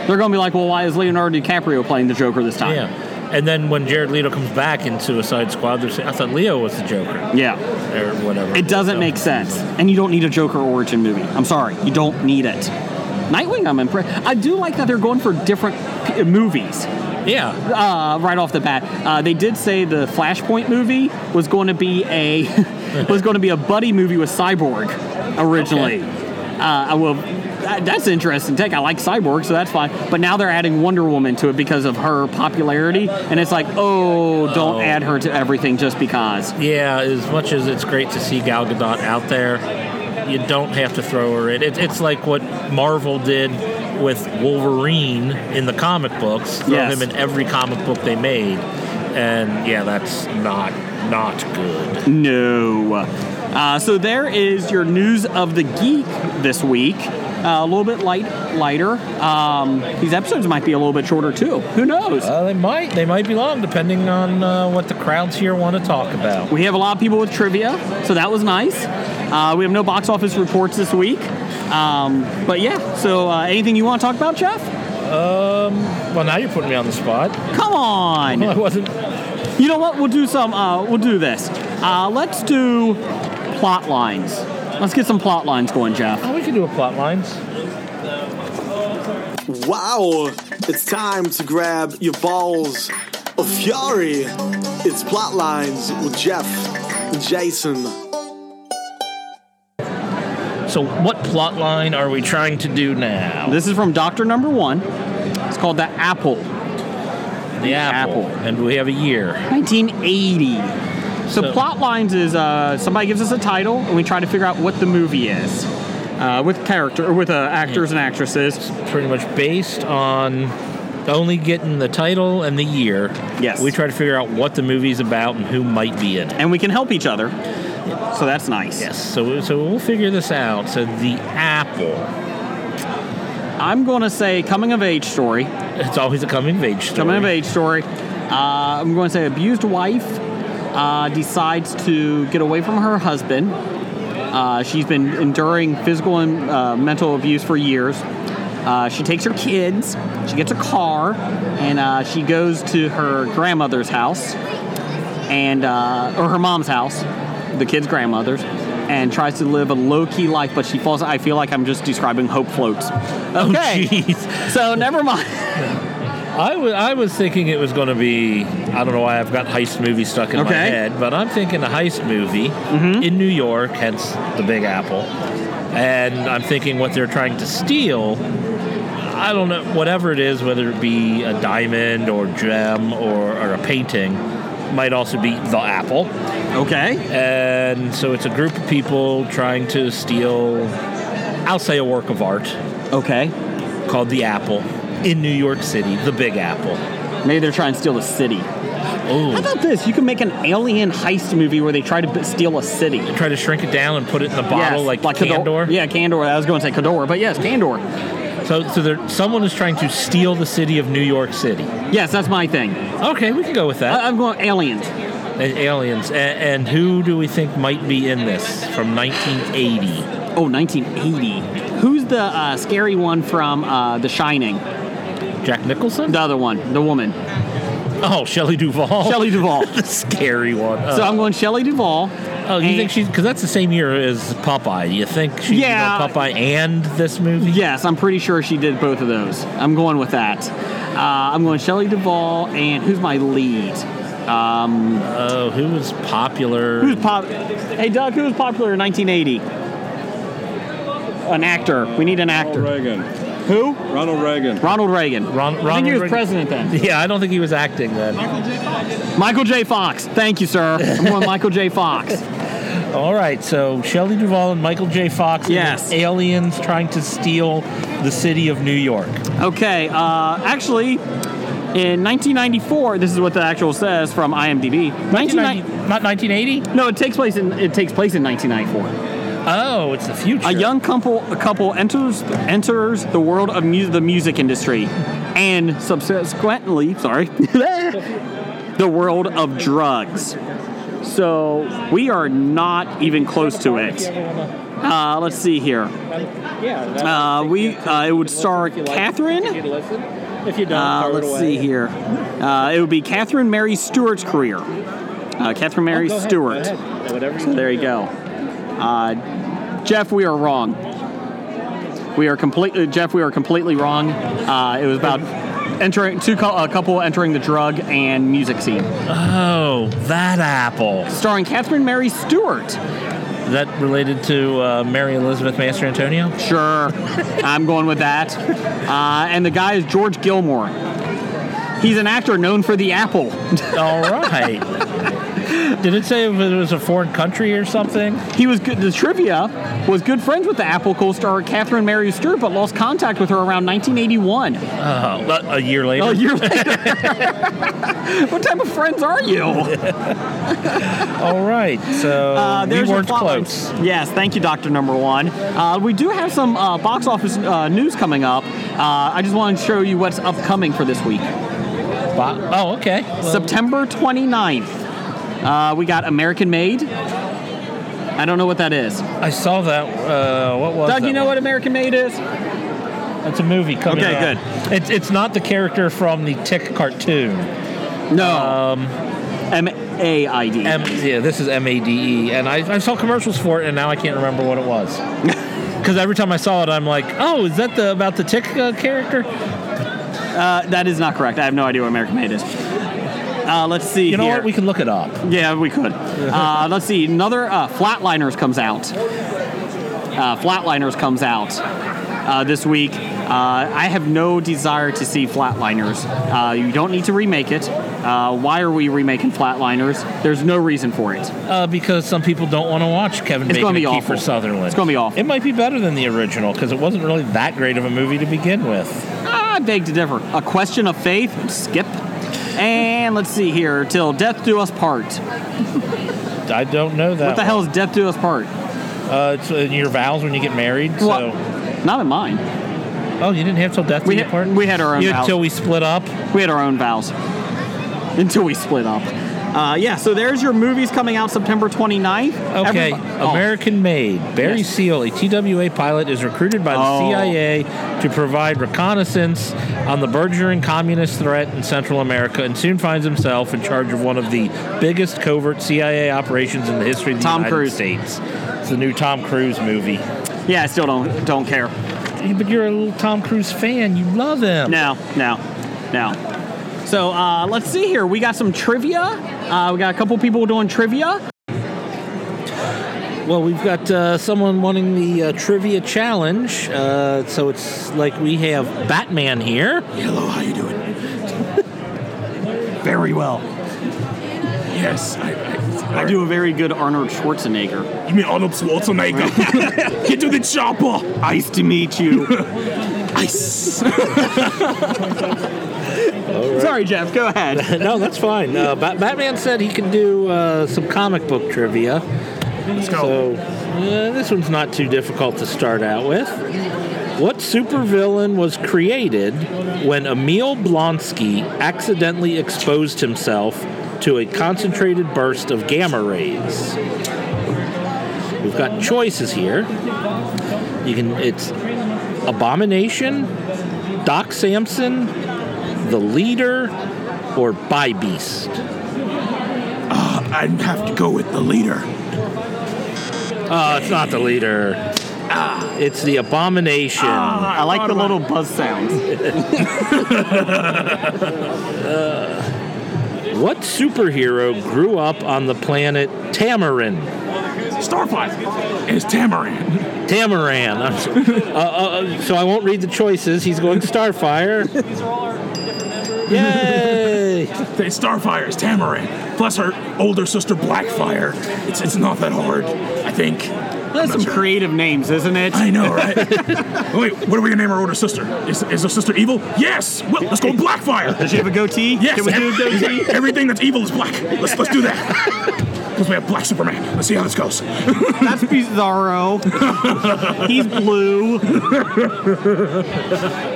S5: they're going to be like, well, why is Leonardo DiCaprio playing the Joker this time?
S6: yeah. And then when Jared Leto comes back in Suicide Squad, they're saying, I thought Leo was the Joker.
S5: Yeah.
S6: Or whatever.
S5: It doesn't make sense, and you don't need a Joker origin movie. I'm sorry, you don't need it. Nightwing, I'm impressed. I do like that they're going for different p- movies.
S6: Yeah.
S5: Uh, right off the bat, uh, they did say the Flashpoint movie was going to be a was going to be a buddy movie with Cyborg originally. Uh, I will. That, that's interesting take. I like Cyborg, so that's fine. But now they're adding Wonder Woman to it because of her popularity, and it's like, oh, don't add her to everything just because.
S6: Yeah, as much as it's great to see Gal Gadot out there, you don't have to throw her in. It, it's like what Marvel did with Wolverine in the comic books. Throw
S5: Yes.
S6: him in every comic book they made, and yeah, that's not not good.
S5: No. Uh, so there is your news of the geek this week. Uh, a little bit light, lighter. Um, these episodes might be a little bit shorter too. Who knows?
S6: Uh, they might they might be long depending on uh, what the crowds here want to talk about.
S5: We have a lot of people with trivia, so that was nice. Uh, we have no box office reports this week. Um, but yeah, so uh, anything you want to talk about, Jeff?
S6: Um, well, now you're putting me on the spot.
S5: Come on.
S6: I wasn't.
S5: You know what? We'll do some. Uh, we'll do this. Uh, let's do plot lines. Let's get some plot lines going, Jeff.
S6: Oh, we can do a plot lines.
S10: Wow, it's time to grab your balls of fury. It's Plotlines with Jeff and Jason.
S6: So, what plot line are we trying to do now?
S5: This is from Doctor Number One. It's called the Apple.
S6: the apple. and we have a year.
S5: 1980. So, plot lines is uh, somebody gives us a title and we try to figure out what the movie is uh, with character or with uh, actors and actresses.
S6: pretty much based on only getting the title and the year.
S5: Yes.
S6: We try to figure out what the movie's about and who might be in it.
S5: And we can help each other. So that's nice.
S6: Yes. So so we'll figure this out. So the apple.
S5: I'm going to say coming of age story.
S6: It's always a coming of age story.
S5: Coming of age story. Uh, I'm going to say abused wife uh, decides to get away from her husband. Uh, she's been enduring physical and uh, mental abuse for years. Uh, she takes her kids, she gets a car, and uh, she goes to her grandmother's house, and uh, or her mom's house, the kid's grandmother's, and tries to live a low key life. But she falls. I feel like I'm just describing hope floats. Okay,
S6: Jeez.
S5: so never mind.
S6: I was I was thinking it was going to be I don't know why I've got heist movie stuck in my
S5: Okay.
S6: head, but I'm thinking a heist movie in New York, hence the Big Apple, and I'm thinking what they're trying to steal. I don't know whatever it is, whether it be a diamond or gem or, or a painting, might also be the apple,
S5: Okay.
S6: and so it's a group of people trying to steal. I'll say a work of art
S5: Okay.
S6: called the Apple in New York City, the Big Apple.
S5: Maybe they're trying to steal the city. How
S6: Oh.
S5: about this? You can make an alien heist movie where they try to b- steal a city.
S6: Try to shrink it down and put it in a bottle
S5: Yes,
S6: like,
S5: Cador.
S6: Candor.
S5: Yeah, Candor. I was going to say Cador, but yes, Candor.
S6: So, so there, someone is trying to steal the city of New York City.
S5: Yes, that's my thing.
S6: Okay, we can go with that.
S5: I, am going aliens.
S6: aliens, A- and who do we think might be in this from 1980?
S5: Oh, 1980. Who's the uh, scary one from uh, The Shining?
S6: Jack Nicholson?
S5: The other one, the woman.
S6: Oh, Shelley Duvall.
S5: Shelley Duvall.
S6: the scary one.
S5: so I'm going Shelley Duvall.
S6: Oh, you think she's because that's the same year as Popeye. You think she's
S5: Yeah.
S6: on Popeye and this movie?
S5: Yes, I'm pretty sure she did both of those. I'm going with that. Uh, I'm going Shelley Duvall, and who's my lead? Um,
S6: oh, who was popular?
S5: Who's pop? Hey, Doug, who was popular in 1980? An actor. We need an actor.
S11: Reagan.
S5: Who?
S11: Ronald Reagan.
S5: Ronald Reagan. I
S6: Ron,
S5: think
S6: Ronald
S5: he was
S6: Reagan-
S5: president then.
S6: Yeah, I don't think he was acting then.
S5: Michael J. Fox. Thank you, sir. I'm going Michael J. Fox.
S6: All right, so Shelley Duvall and Michael J. Fox. and
S5: Yes.
S6: aliens trying to steal the city of New York.
S5: Okay, uh, actually, in 1994, this is what the actual says from IMDb. 1990
S6: Not 1980?
S5: no, it takes place in it takes place in 1994.
S6: Oh, it's the future.
S5: A young couple a couple enters enters the world of mu- the music industry, and subsequently, sorry, the world of drugs. So we are not even close to it. Uh, let's see here. Uh, we uh, it would star Catherine.
S10: If you don't,
S5: Uh,
S10: throw it
S5: let's
S10: away.
S5: see here. Uh, it would be Catherine Mary Stewart's career. Uh, Catherine Mary
S10: Oh, Go ahead, go
S5: Stewart.
S10: ahead. Whatever
S5: So there you go. Uh, Jeff, we are wrong. We are completely Jeff. We are completely wrong. Uh, it was about entering two cou- a couple entering the drug and music scene,
S6: oh, that apple.
S5: starring Catherine Mary Stewart.
S6: That related to uh, Mary Elizabeth Master Antonio?
S5: Sure, I'm going with that. Uh, and the guy is George Gilmore. He's an actor known for The Apple.
S6: All right. Did it say if it was a foreign country or something?
S5: He was good. The trivia was good friends with the Apple co-star Catherine Mary Stewart, but lost contact with her around 1981.
S6: Oh, but a year later.
S5: Oh, you're later. what type of friends are you?
S6: All right. So we
S5: Uh, your
S6: weren't
S5: plot
S6: close.
S5: lines. Yes, thank you, Doctor Number One. Uh, we do have some uh, box office uh, news coming up. Uh, I just want to show you what's upcoming for this week.
S6: Bo- Oh, okay.
S5: September 29th, uh, we got American Made. I don't know what that is.
S6: I saw that. Uh, what was
S5: Doug,
S6: that
S5: you know
S6: one?
S5: what American Made is?
S6: It's a movie coming
S5: Okay,
S6: out.
S5: good.
S6: It's, it's not the character from the Tick cartoon.
S5: No. Um, M A I D.
S6: M- yeah, this is M A D E, and I, I saw commercials for it, and now I can't remember what it was. Because every time I saw it, I'm like, oh, is that the about the Tick uh, character?
S5: Uh, that is not correct. I have no idea what American Made is. Uh, let's see.
S6: You know
S5: here.
S6: what? We can look it up.
S5: yeah, we could. Uh, let's see. Another uh, Flatliners comes out. Uh, Flatliners comes out uh, this week. Uh, I have no desire to see Flatliners. Uh, you don't need to remake it. Uh, why are we remaking Flatliners? There's no reason for it.
S6: Uh, because some people don't want to watch Kevin
S5: It's
S6: Bacon
S5: gonna be
S6: and
S5: awful.
S6: Kiefer Sutherland.
S5: It's gonna be awful.
S6: It might be better than the original because it wasn't really that great of a movie to begin with.
S5: Ah, I beg to differ. A question of faith. Skip. And let's see here. Till death do us part.
S6: I don't know that.
S5: What the hell is death do us part?
S6: one. Uh, it's in your vows when you get married.
S5: Well,
S6: So.
S5: Not in mine.
S6: Oh, you didn't have till death
S5: We
S6: do you
S5: had-
S6: part.
S5: we had our own
S6: You
S5: vows.
S6: till we split up.
S5: We had our own vows until we split up. Uh, yeah, so there's your movies coming out September 29th.
S6: Okay,
S5: Everybo- oh,
S6: American Made. Barry
S5: Yes.
S6: Seal, a TWA pilot, is recruited by the
S5: Oh.
S6: CIA to provide reconnaissance on the burgeoning communist threat in Central America and soon finds himself in charge of one of the biggest covert CIA operations in the history of the
S5: Tom
S6: United
S5: Cruise.
S6: States. It's the new Tom Cruise movie.
S5: yeah, I still don't don't care.
S6: But you're a little Tom Cruise fan. You love him.
S5: No, no, no. So uh, let's see here. We got some trivia. Uh, we got a couple people doing trivia.
S6: Well, we've got uh, someone wanting the uh, trivia challenge. Uh, so it's like we have Batman here.
S8: Hello, how you doing?
S5: Very well.
S8: Yes, I, I,
S5: I do a very good Arnold Schwarzenegger.
S8: You mean Arnold Schwarzenegger? Get to the chopper.
S5: Nice to meet you.
S8: Ice.
S5: Sorry, Jeff. Go ahead.
S6: no, that's fine. Uh, Bat- Batman said he can do uh, some comic book trivia.
S8: Let's
S6: So uh, this one's not too difficult to start out with. What supervillain was created when Emil Blonsky accidentally exposed himself to a concentrated burst of gamma rays? We've got choices here. You can it's Abomination, Doc Samson, The Leader, or By Beast.
S8: I'd have to go with the leader.
S6: Oh, it's not the leader. Ah, it's the abomination.
S5: I like the little buzz sounds.
S6: What superhero grew up on the planet Tamarin?
S8: Starfly is Tamarin.
S6: Tamaran. I'm sorry. uh, uh, so I won't read the choices. He's going Starfire. These are all our different members. Yay!
S8: They- Starfire is Tamarin. Plus her older sister Blackfire. It's, it's not that hard, I think.
S5: That's some creative names, isn't it?
S8: I know, right? Wait, what are we gonna name our older sister? Is, is her sister evil? Yes. Well, let's go with Blackfire.
S5: Does she have a goatee?
S8: Yes.
S5: Can we do a goatee?
S8: Everything that's evil is black. Let's let's do that. Because we have Black Superman. Let's see how this goes.
S5: That's Bizarro. He's blue.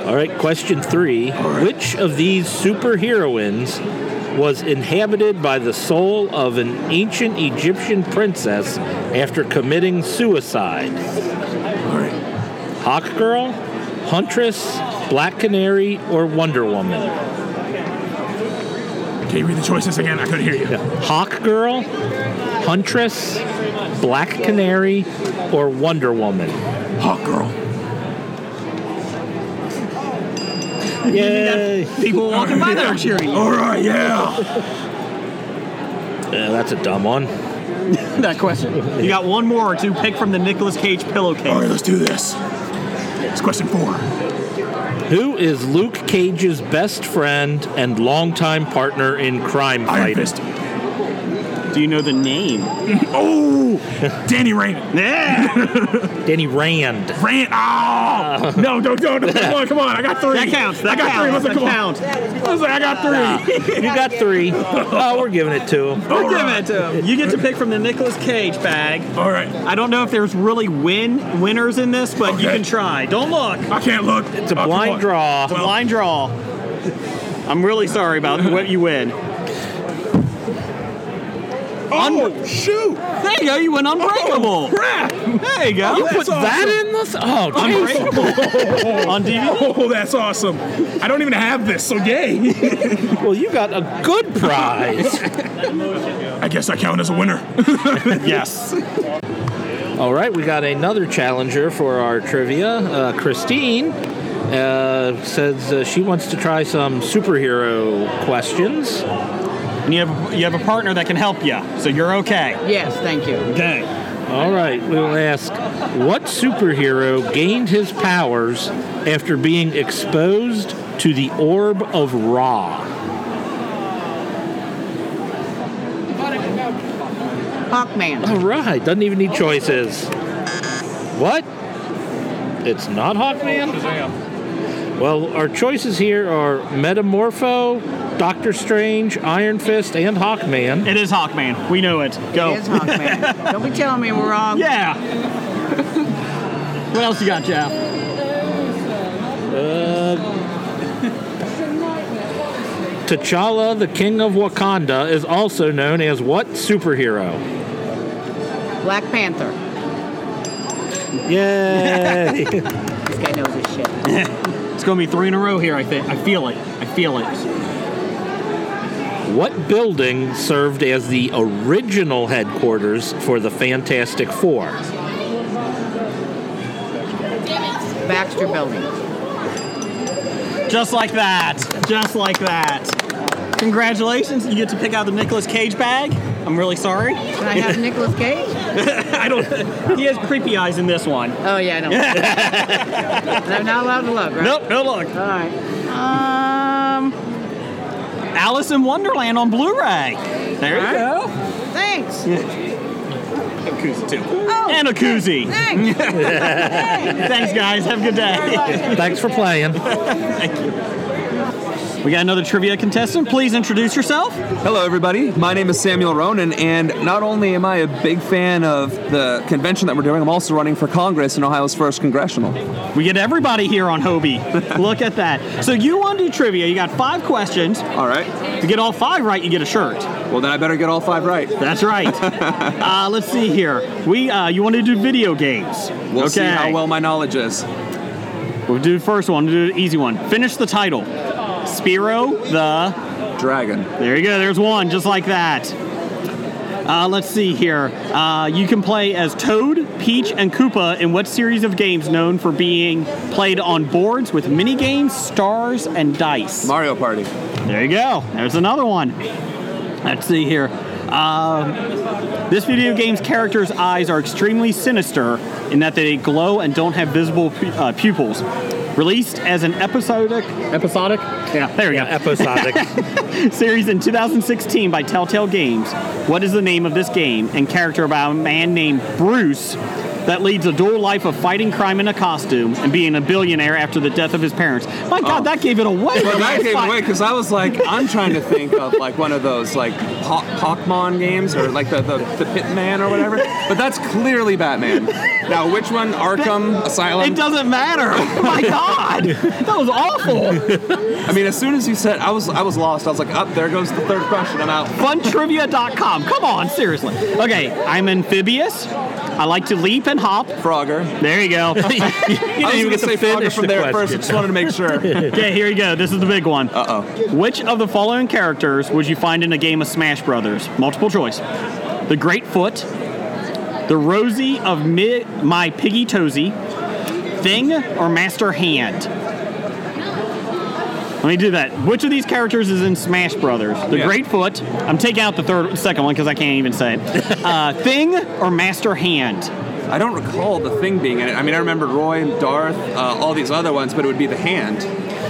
S6: All right, question three. Which of these superheroines was inhabited by the soul of an ancient Egyptian princess after committing suicide? Hawk Girl, Huntress, Black Canary, or Wonder Woman?
S8: Can you read the choices again? I couldn't hear you.
S6: Hawk Girl, Huntress, Black Canary, or Wonder Woman?
S8: Hawk Girl.
S6: Yay!
S5: People walking by there are cheering.
S8: All right, yeah.
S6: Yeah, that's a dumb one.
S5: that question. You got one more to pick from the Nicolas Cage
S8: All right,
S5: pillowcase.
S8: let's do this. It's question four.
S6: Who is Luke Cage's best friend and longtime partner in
S8: Iron
S6: crime fighting?
S8: Fist.
S5: Do you know the name?
S8: Oh, Danny Raymond.
S5: Yeah,
S6: Danny Rand.
S8: Rand. Oh, no, don't, don't, don't. Come on, come on. I got three.
S5: that counts. That
S8: I got three. Let's
S5: counts. That
S8: come on.
S5: counts.
S8: I was like, I got three.
S6: You got three. Oh, we're giving it to him.
S5: We're giving it to him. You get to pick from the Nicolas Cage bag.
S8: All right.
S5: I don't know if there's really win winners in this, but you
S8: Okay.
S5: can try. Don't look.
S8: I can't look. Uh, It's
S6: a blind draw.
S5: It's a blind draw. I'm really sorry about what you win.
S8: Oh, shoot. Oh,
S5: There you go. You win Unbreakable.
S8: Crap.
S5: There you go.
S8: You put
S6: That in this? Oh, jeez.
S5: Unbreakable on DVD.
S8: Oh, that's awesome. I don't even have this, so yay.
S6: Well, you got a good prize.
S8: I guess I count as a winner.
S5: Yes.
S6: All right, we got another challenger for our trivia. Uh, Christine uh, says uh, she wants to try some superhero questions.
S5: And you have you have a partner that can help you, so you're okay.
S10: Yes, thank you.
S5: Okay.
S6: All right, we will ask what superhero gained his powers after being exposed to the orb of Ra?
S10: Hawkman.
S6: All right, doesn't even need choices. What? It's not Hawkman? Well, our choices here are Metamorpho, Doctor Strange, Iron Fist, and Hawkman.
S5: It is Hawkman. We know it. Go.
S10: It is Hawkman. Don't be telling me we're wrong.
S5: Yeah. what else you got, Jeff?
S6: T'Challa, the King of Wakanda, is also known as what superhero?
S10: Black Panther.
S6: Yay!
S10: This guy knows his shit.
S5: It's gonna be three in a row here. I think. I feel it. I feel it.
S6: what building served as the original headquarters for the Fantastic Four?
S10: Baxter Building.
S5: Just like that. Just like that. Congratulations. You get to pick out the Nicolas Cage bag. I'm really sorry.
S10: Can I have Nicolas Cage?
S5: I don't. He has creepy eyes in this one.
S10: Oh yeah, I know. and I'm not allowed to look, right?
S5: Nope. No look.
S10: All right. Um.
S5: Alice in Wonderland on Blu-ray. There you
S10: All
S5: go.
S10: Thanks.
S5: A koozie too.
S10: Oh,
S5: And a koozie.
S10: thanks.
S5: Thanks, guys. Have a good day.
S6: Thanks for playing.
S5: We got another trivia contestant. Please introduce yourself.
S10: Hello, everybody. My name is Samuel Ronan, and not only am I a big fan of the convention that we're doing, I'm also running for Congress in Ohio's first congressional.
S5: We get everybody here on Hobie. Look at that. So you want to do trivia? You got five questions.
S10: All right.
S5: If you get all five right, you get a shirt. Well,
S10: then I better get all five right.
S5: That's right. uh, let's see here. We uh, you want to do video games?
S10: We'll see how well my knowledge is.
S5: We'll do the first one. We'll do an easy one. Finish the title. Spiro the
S10: Dragon.
S5: There you go. There's one just like that. Uh, let's see here. Uh, you can play as Toad, Peach, and Koopa in what series of games known for being played on boards with mini games, stars, and dice?
S10: Mario Party.
S5: There you go. There's another one. Let's see here. Uh, this video game's character's eyes are extremely sinister in that they glow and don't have visible pu- uh, pupils. Released as an episodic, episodic, yeah, there we go,
S6: episodic.
S5: series in 2016 by Telltale Games. What is the name of this game and character about a man named Bruce that leads a dual life of fighting crime in a costume and being a billionaire after the death of his parents? My God, Oh. that gave it away.
S10: Well, that gave
S5: Fi-
S10: away because I was like, I'm trying to think of like one of those like po- Pokemon games or like the, the the Pitman or whatever. But that's clearly Batman. Now, which one? Arkham Asylum.
S5: It doesn't matter. Oh My God, that was awful.
S10: I mean, as soon as you said, I was I was lost. I was like, up there goes the third question. I'm out.
S5: Funtrivia.com. Come on, seriously. Okay, I'm amphibious. I like to leap and hop.
S10: Frogger.
S5: There you go. you
S10: I was gonna say Frogger from there at first. I just wanted to make sure.
S5: okay, here you go. This is the big one. Uh
S10: oh.
S5: Which of the following characters would you find in a game of Smash Brothers? Multiple choice. The Greatfoot, the Rosie of Mi- My Piggy Toesy, Thing, or Master Hand? Let me do that. Which of these characters is in Smash Brothers? The
S10: Yeah.
S5: Greatfoot. I'm taking out the third, second one because I can't even say it. Uh, thing or Master Hand?
S10: I don't recall the thing being in it. I mean, I remember Roy and Darth, uh, all these other ones, but it would be the hand.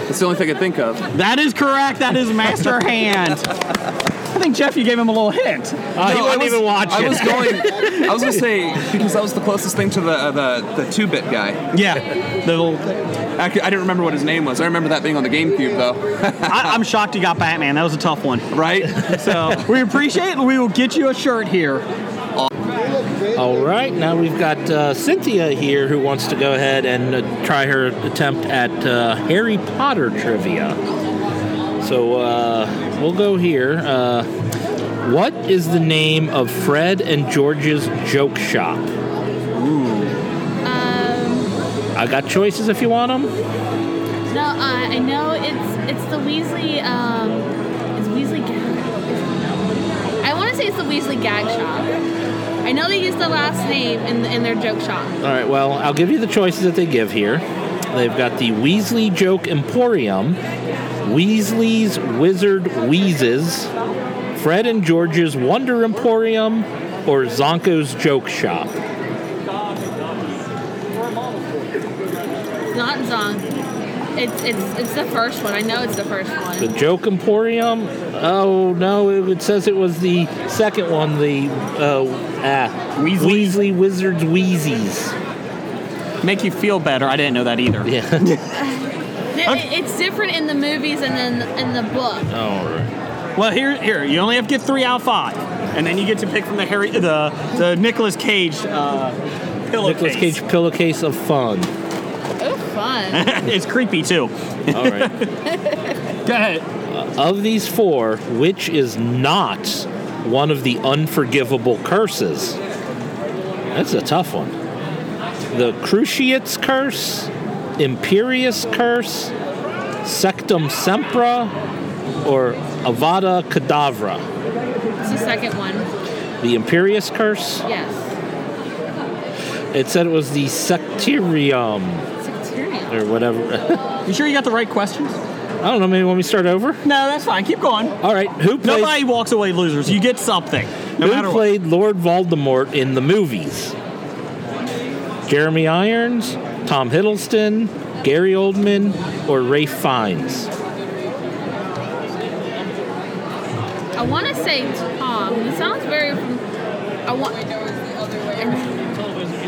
S10: That's the only thing I could think of.
S5: That is correct. That is Master Hand. I think Jeff, you gave him a little
S6: Uh,
S5: hint.
S10: No, I was- I was going. I was
S5: to
S10: gonna say because that was the closest thing to the uh, the the two bit guy.
S5: Yeah, the little.
S10: I, c- I didn't remember what his name was. I remember that being on the GameCube though.
S5: I, I'm shocked you got Batman. That was a tough one.
S10: Right?
S5: So we appreciate it. We will get you a shirt here.
S6: All right, now we've got uh, Cynthia here who wants to go ahead and uh, try her attempt at uh, Harry Potter trivia. So uh, we'll go here. Uh, what is the name of Fred and George's joke shop? I got choices if you want them.
S7: No, uh, I know it's it's the Weasley. Um, it's Weasley gag. I want to say it's the Weasley gag shop. I know they use the last name in in their joke shop.
S6: All right, well, I'll give you the choices that they give here. They've got the Weasley Joke Emporium, Weasley's Wizard Wheezes, Fred and George's Wonder Emporium, or Zonko's Joke Shop.
S7: It's not Zong. It's it's it's the first one. I know it's the first
S6: The
S7: one.
S6: Joke Emporium? Oh, no, it, it says it was the second one, the uh, ah, Weasley. Wizards Wheezies.
S5: Make you feel better. I didn't know that either.
S6: Yeah.
S7: Th- It's different in the movies and then in the book.
S6: All right.
S5: Well, here, here, you only have to get three out of five, and then you get to pick from the Harry, the the Nicolas Cage uh, pillowcase.
S6: Nicolas Cage Pillowcase of Fun.
S7: Oh, fun.
S5: it's creepy too.
S6: All right. Uh,
S5: Go ahead.
S6: of these four, which is not one of the unforgivable curses? That's a tough one. The Cruciate's Curse, Imperious Curse, Sectum Sempra, or Avada Kedavra.
S7: It's the second one.
S6: The Imperious Curse?
S7: Yes.
S6: It said it was the Sectarium,
S7: Sectarium.
S6: or whatever.
S5: you sure you got the right questions?
S6: I don't know, maybe when we start over?
S5: No, that's fine. Keep going.
S6: All right, who plays...
S5: Nobody walks away losers. You get something. No
S6: Who
S5: matter what.
S6: played Lord Voldemort in the movies? Jeremy Irons, Tom Hiddleston, Gary Oldman, or Rafe Fiennes?
S7: I want to say Tom. It sounds very. I want. I'm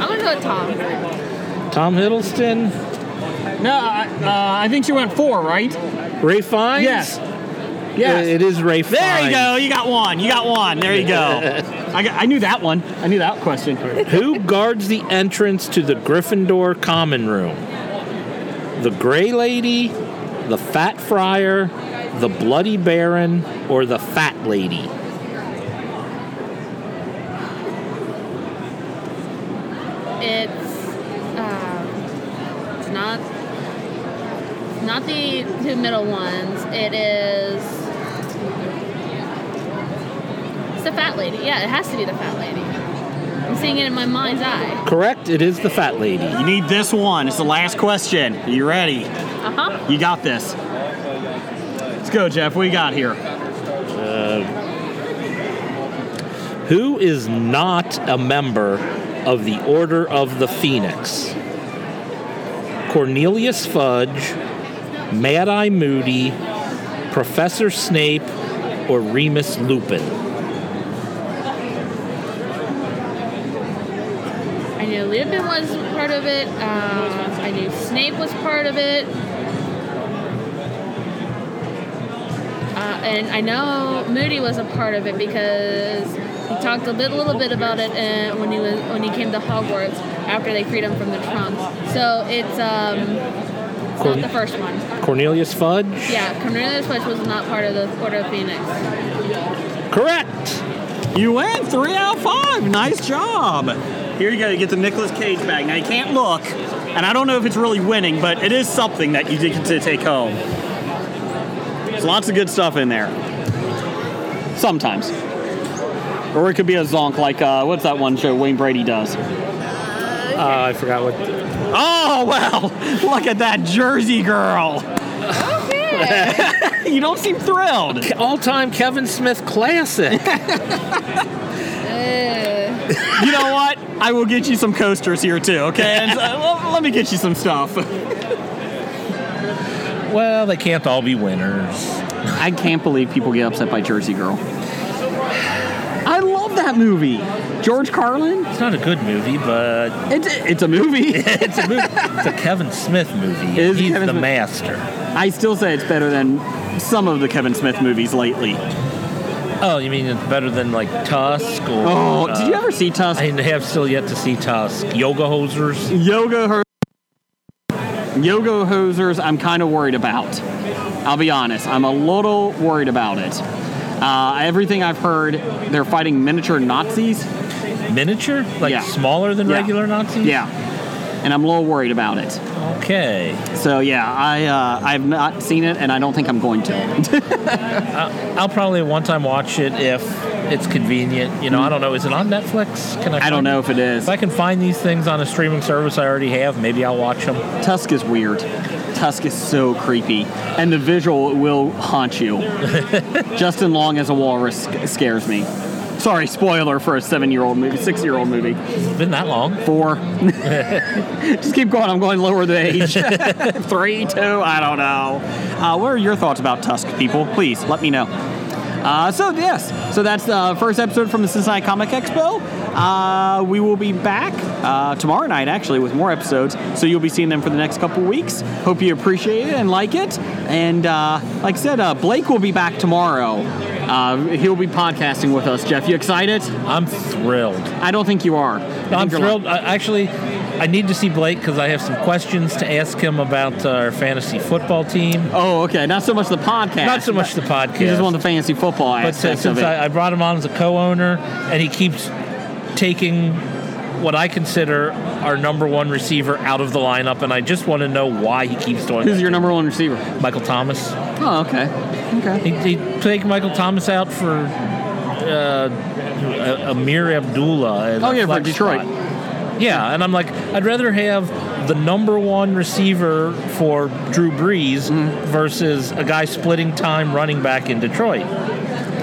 S7: gonna go with Tom.
S6: Tom Hiddleston?
S5: No, I, uh, I think she went four, right?
S6: Ray Fiennes?
S5: Yes.
S6: Yes. It is Ray Fiennes.
S5: There you go. You got one. You got one. There you go. I, got, I knew that one. I knew that question.
S6: Who guards the entrance to the Gryffindor common room? The Gray Lady, the Fat Friar, the Bloody Baron, or the Fat Lady?
S12: It's um, it's not it's not the two middle ones. It is it's the fat lady. Yeah, it has to be the fat lady. I'm seeing it in my mind's eye.
S6: Correct. It is the Fat Lady.
S5: You need this one. It's the last question. Are you ready?
S12: Uh huh.
S5: You got this. Let's go, Jeff. What you got here?
S6: Uh, who is not a member of the Order of the Phoenix? Cornelius Fudge, Mad Eye Moody, Professor Snape, or Remus Lupin?
S12: I knew Lupin was part of it. Um, I knew Snape was part of it. Uh, and I know Moody was a part of it because he talked a bit, little bit about it uh, when he was when he came to Hogwarts after they freed him from the trunk. So it's um, it's
S6: Corn-
S12: not the first one.
S6: Cornelius Fudge?
S12: Yeah, Cornelius Fudge was not part of the Order of Phoenix.
S6: Correct.
S5: You win three out of five. Nice job. Here you go. You get the Nicolas Cage bag. Now you can't look, and I don't know if it's really winning, but it is something that you did get to take home. There's lots of good stuff in there. Sometimes, or it could be a zonk like uh, what's that one show Wayne Brady does.
S6: Uh, I forgot what.
S5: Oh well, look at that Jersey girl. you don't seem thrilled.
S6: All-time Kevin Smith classic.
S5: you know what? I will get you some coasters here too. Okay, and, uh, let- let me get you some stuff.
S6: Well, they can't all be winners.
S5: I can't believe people get upset by Jersey Girl. I love that movie. George Carlin.
S6: It's not a good movie, but
S5: it's a, it's a movie.
S6: it's a movie. It's a Kevin Smith movie.
S5: It is a
S6: He's
S5: Kevin
S6: the
S5: Smith-
S6: master.
S5: I still say it's better than some of the Kevin Smith movies lately.
S6: Oh, you mean it's better than like Tusk or? uh,
S5: Oh, did you ever see Tusk?
S6: I have still yet to see Tusk. Yoga hosers.
S5: Yoga her. Yoga hosers, I'm kind of worried about. I'll be honest, I'm a little worried about it. Uh, everything I've heard, they're fighting miniature Nazis.
S6: Miniature? Like smaller than regular Nazis?
S5: Yeah. And I'm a little worried about it.
S6: Okay.
S5: So yeah, I uh, I've not seen it, and I don't think I'm going to.
S6: I- I'll probably at one time watch it if it's convenient. You know, I don't know. Is it on Netflix? Can I? I don't know
S5: if it is.
S6: If I can find these things on a streaming service I already have, maybe I'll watch them.
S5: Tusk is weird. Tusk is so creepy, and the visual will haunt you. Justin Long as a walrus sc- scares me. Sorry, spoiler for a seven-year-old movie, six-year-old movie. It's
S6: been that long.
S5: Four. Just keep going. I'm going lower the age. Three, two. I don't know. Uh, what are your thoughts about Tusk, people? Please let me know. Uh, so yes, so that's the first episode from the Cincinnati Comic Expo. Uh, we will be back uh, tomorrow night actually with more episodes. So you'll be seeing them for the next couple weeks. Hope you appreciate it and like it. And uh, like I said, uh, Blake will be back tomorrow. Uh, he'll be podcasting with us. Jeff, you excited?
S6: I'm thrilled.
S5: I don't think you are.
S6: I'm thrilled. I, actually, I need to see Blake because I have some questions to ask him about uh, our fantasy football team.
S5: Oh, okay. Not so much the podcast.
S6: Not so much the podcast.
S5: He just want the uh, fantasy football
S6: But si-
S5: aspect of
S6: since
S5: it.
S6: I, I brought him on as a co-owner, and he keeps taking what I consider our number one receiver out of the lineup, and I just want to know why he keeps doing.
S5: Who's your number one receiver?
S6: Michael Thomas.
S5: Oh, okay. Okay.
S6: He, he take Michael Thomas out for uh, A- Amir Abdullah. as
S5: Oh,
S6: a
S5: yeah, for
S6: flex
S5: Detroit.
S6: spot. Yeah, and I'm like, I'd rather have the number one receiver for Drew Brees
S5: Mm-hmm.
S6: versus a guy splitting time running back in Detroit.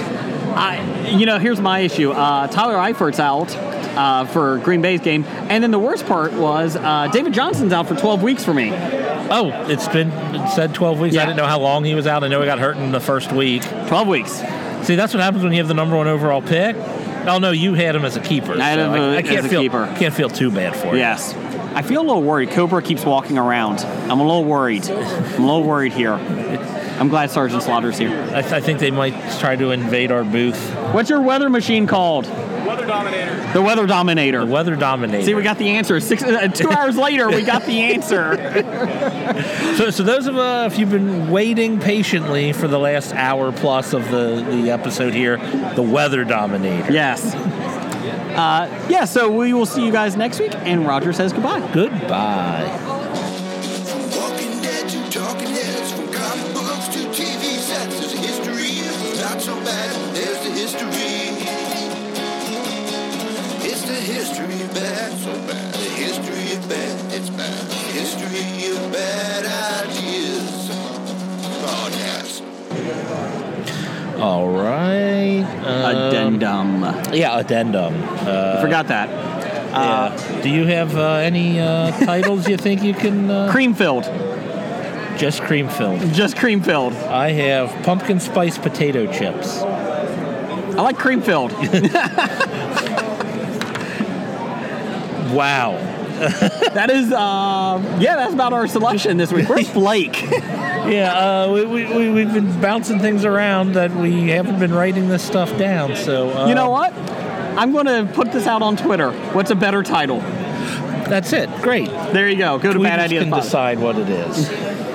S5: I, you know, here's my issue. Uh, Tyler Eifert's out uh, for Green Bay's game, and then the worst part was uh, David Johnson's out for 12 weeks for me.
S6: Oh, it's been it said 12 weeks. I didn't know how long he was out. I know he got hurt in the first week.
S5: 12 weeks.
S6: See, that's what happens when you have the number one overall pick. Oh no, you had him as a keeper.
S5: I had
S6: so
S5: him, uh,
S6: I, I can't
S5: as a
S6: feel
S5: keeper.
S6: can't feel too bad for you.
S5: Yes, I feel a little worried. Cobra keeps walking around. I'm a little worried. I'm a little worried here. I'm glad Sergeant Slaughter's here.
S6: I, I think they might try to invade our booth.
S5: What's your weather machine called?
S8: Weather dominator.
S5: The Weather Dominator. The
S6: Weather Dominator.
S5: See, we got the answer. Six, uh, two hours later, we got the answer.
S6: So, so those of uh, if you've been waiting patiently for the last hour plus of the, the episode here, the weather dominator.
S5: Yes. Uh, yeah, so we will see you guys next week, and Roger says goodbye.
S6: Goodbye.
S2: Walking dead to talking heads, from comic books to TV sets. There's a history, not so bad. There's the history. It's the history of bad, so bad. The history of bad, it's bad. The history of bad ideas. Podcast.
S6: All right. Uh,
S5: addendum.
S6: Yeah, addendum. Uh,
S5: Forgot that.
S6: Uh, Do you have uh, any uh, titles you think you can? Uh...
S5: Cream filled.
S6: Just cream filled.
S5: Just cream filled.
S6: I have pumpkin spice potato chips.
S5: I like cream filled.
S6: wow.
S5: that is, uh, yeah, that's about our selection this week. Where's Blake?
S6: Yeah, uh, we, we, we, we've been bouncing things around that we haven't been writing this stuff down. So uh,
S5: you know what? I'm going to put this out on Twitter. What's a better title?
S6: That's it. Great.
S5: There you go. Go to
S6: we
S5: Bad
S6: just
S5: Idea
S6: can decide what it is.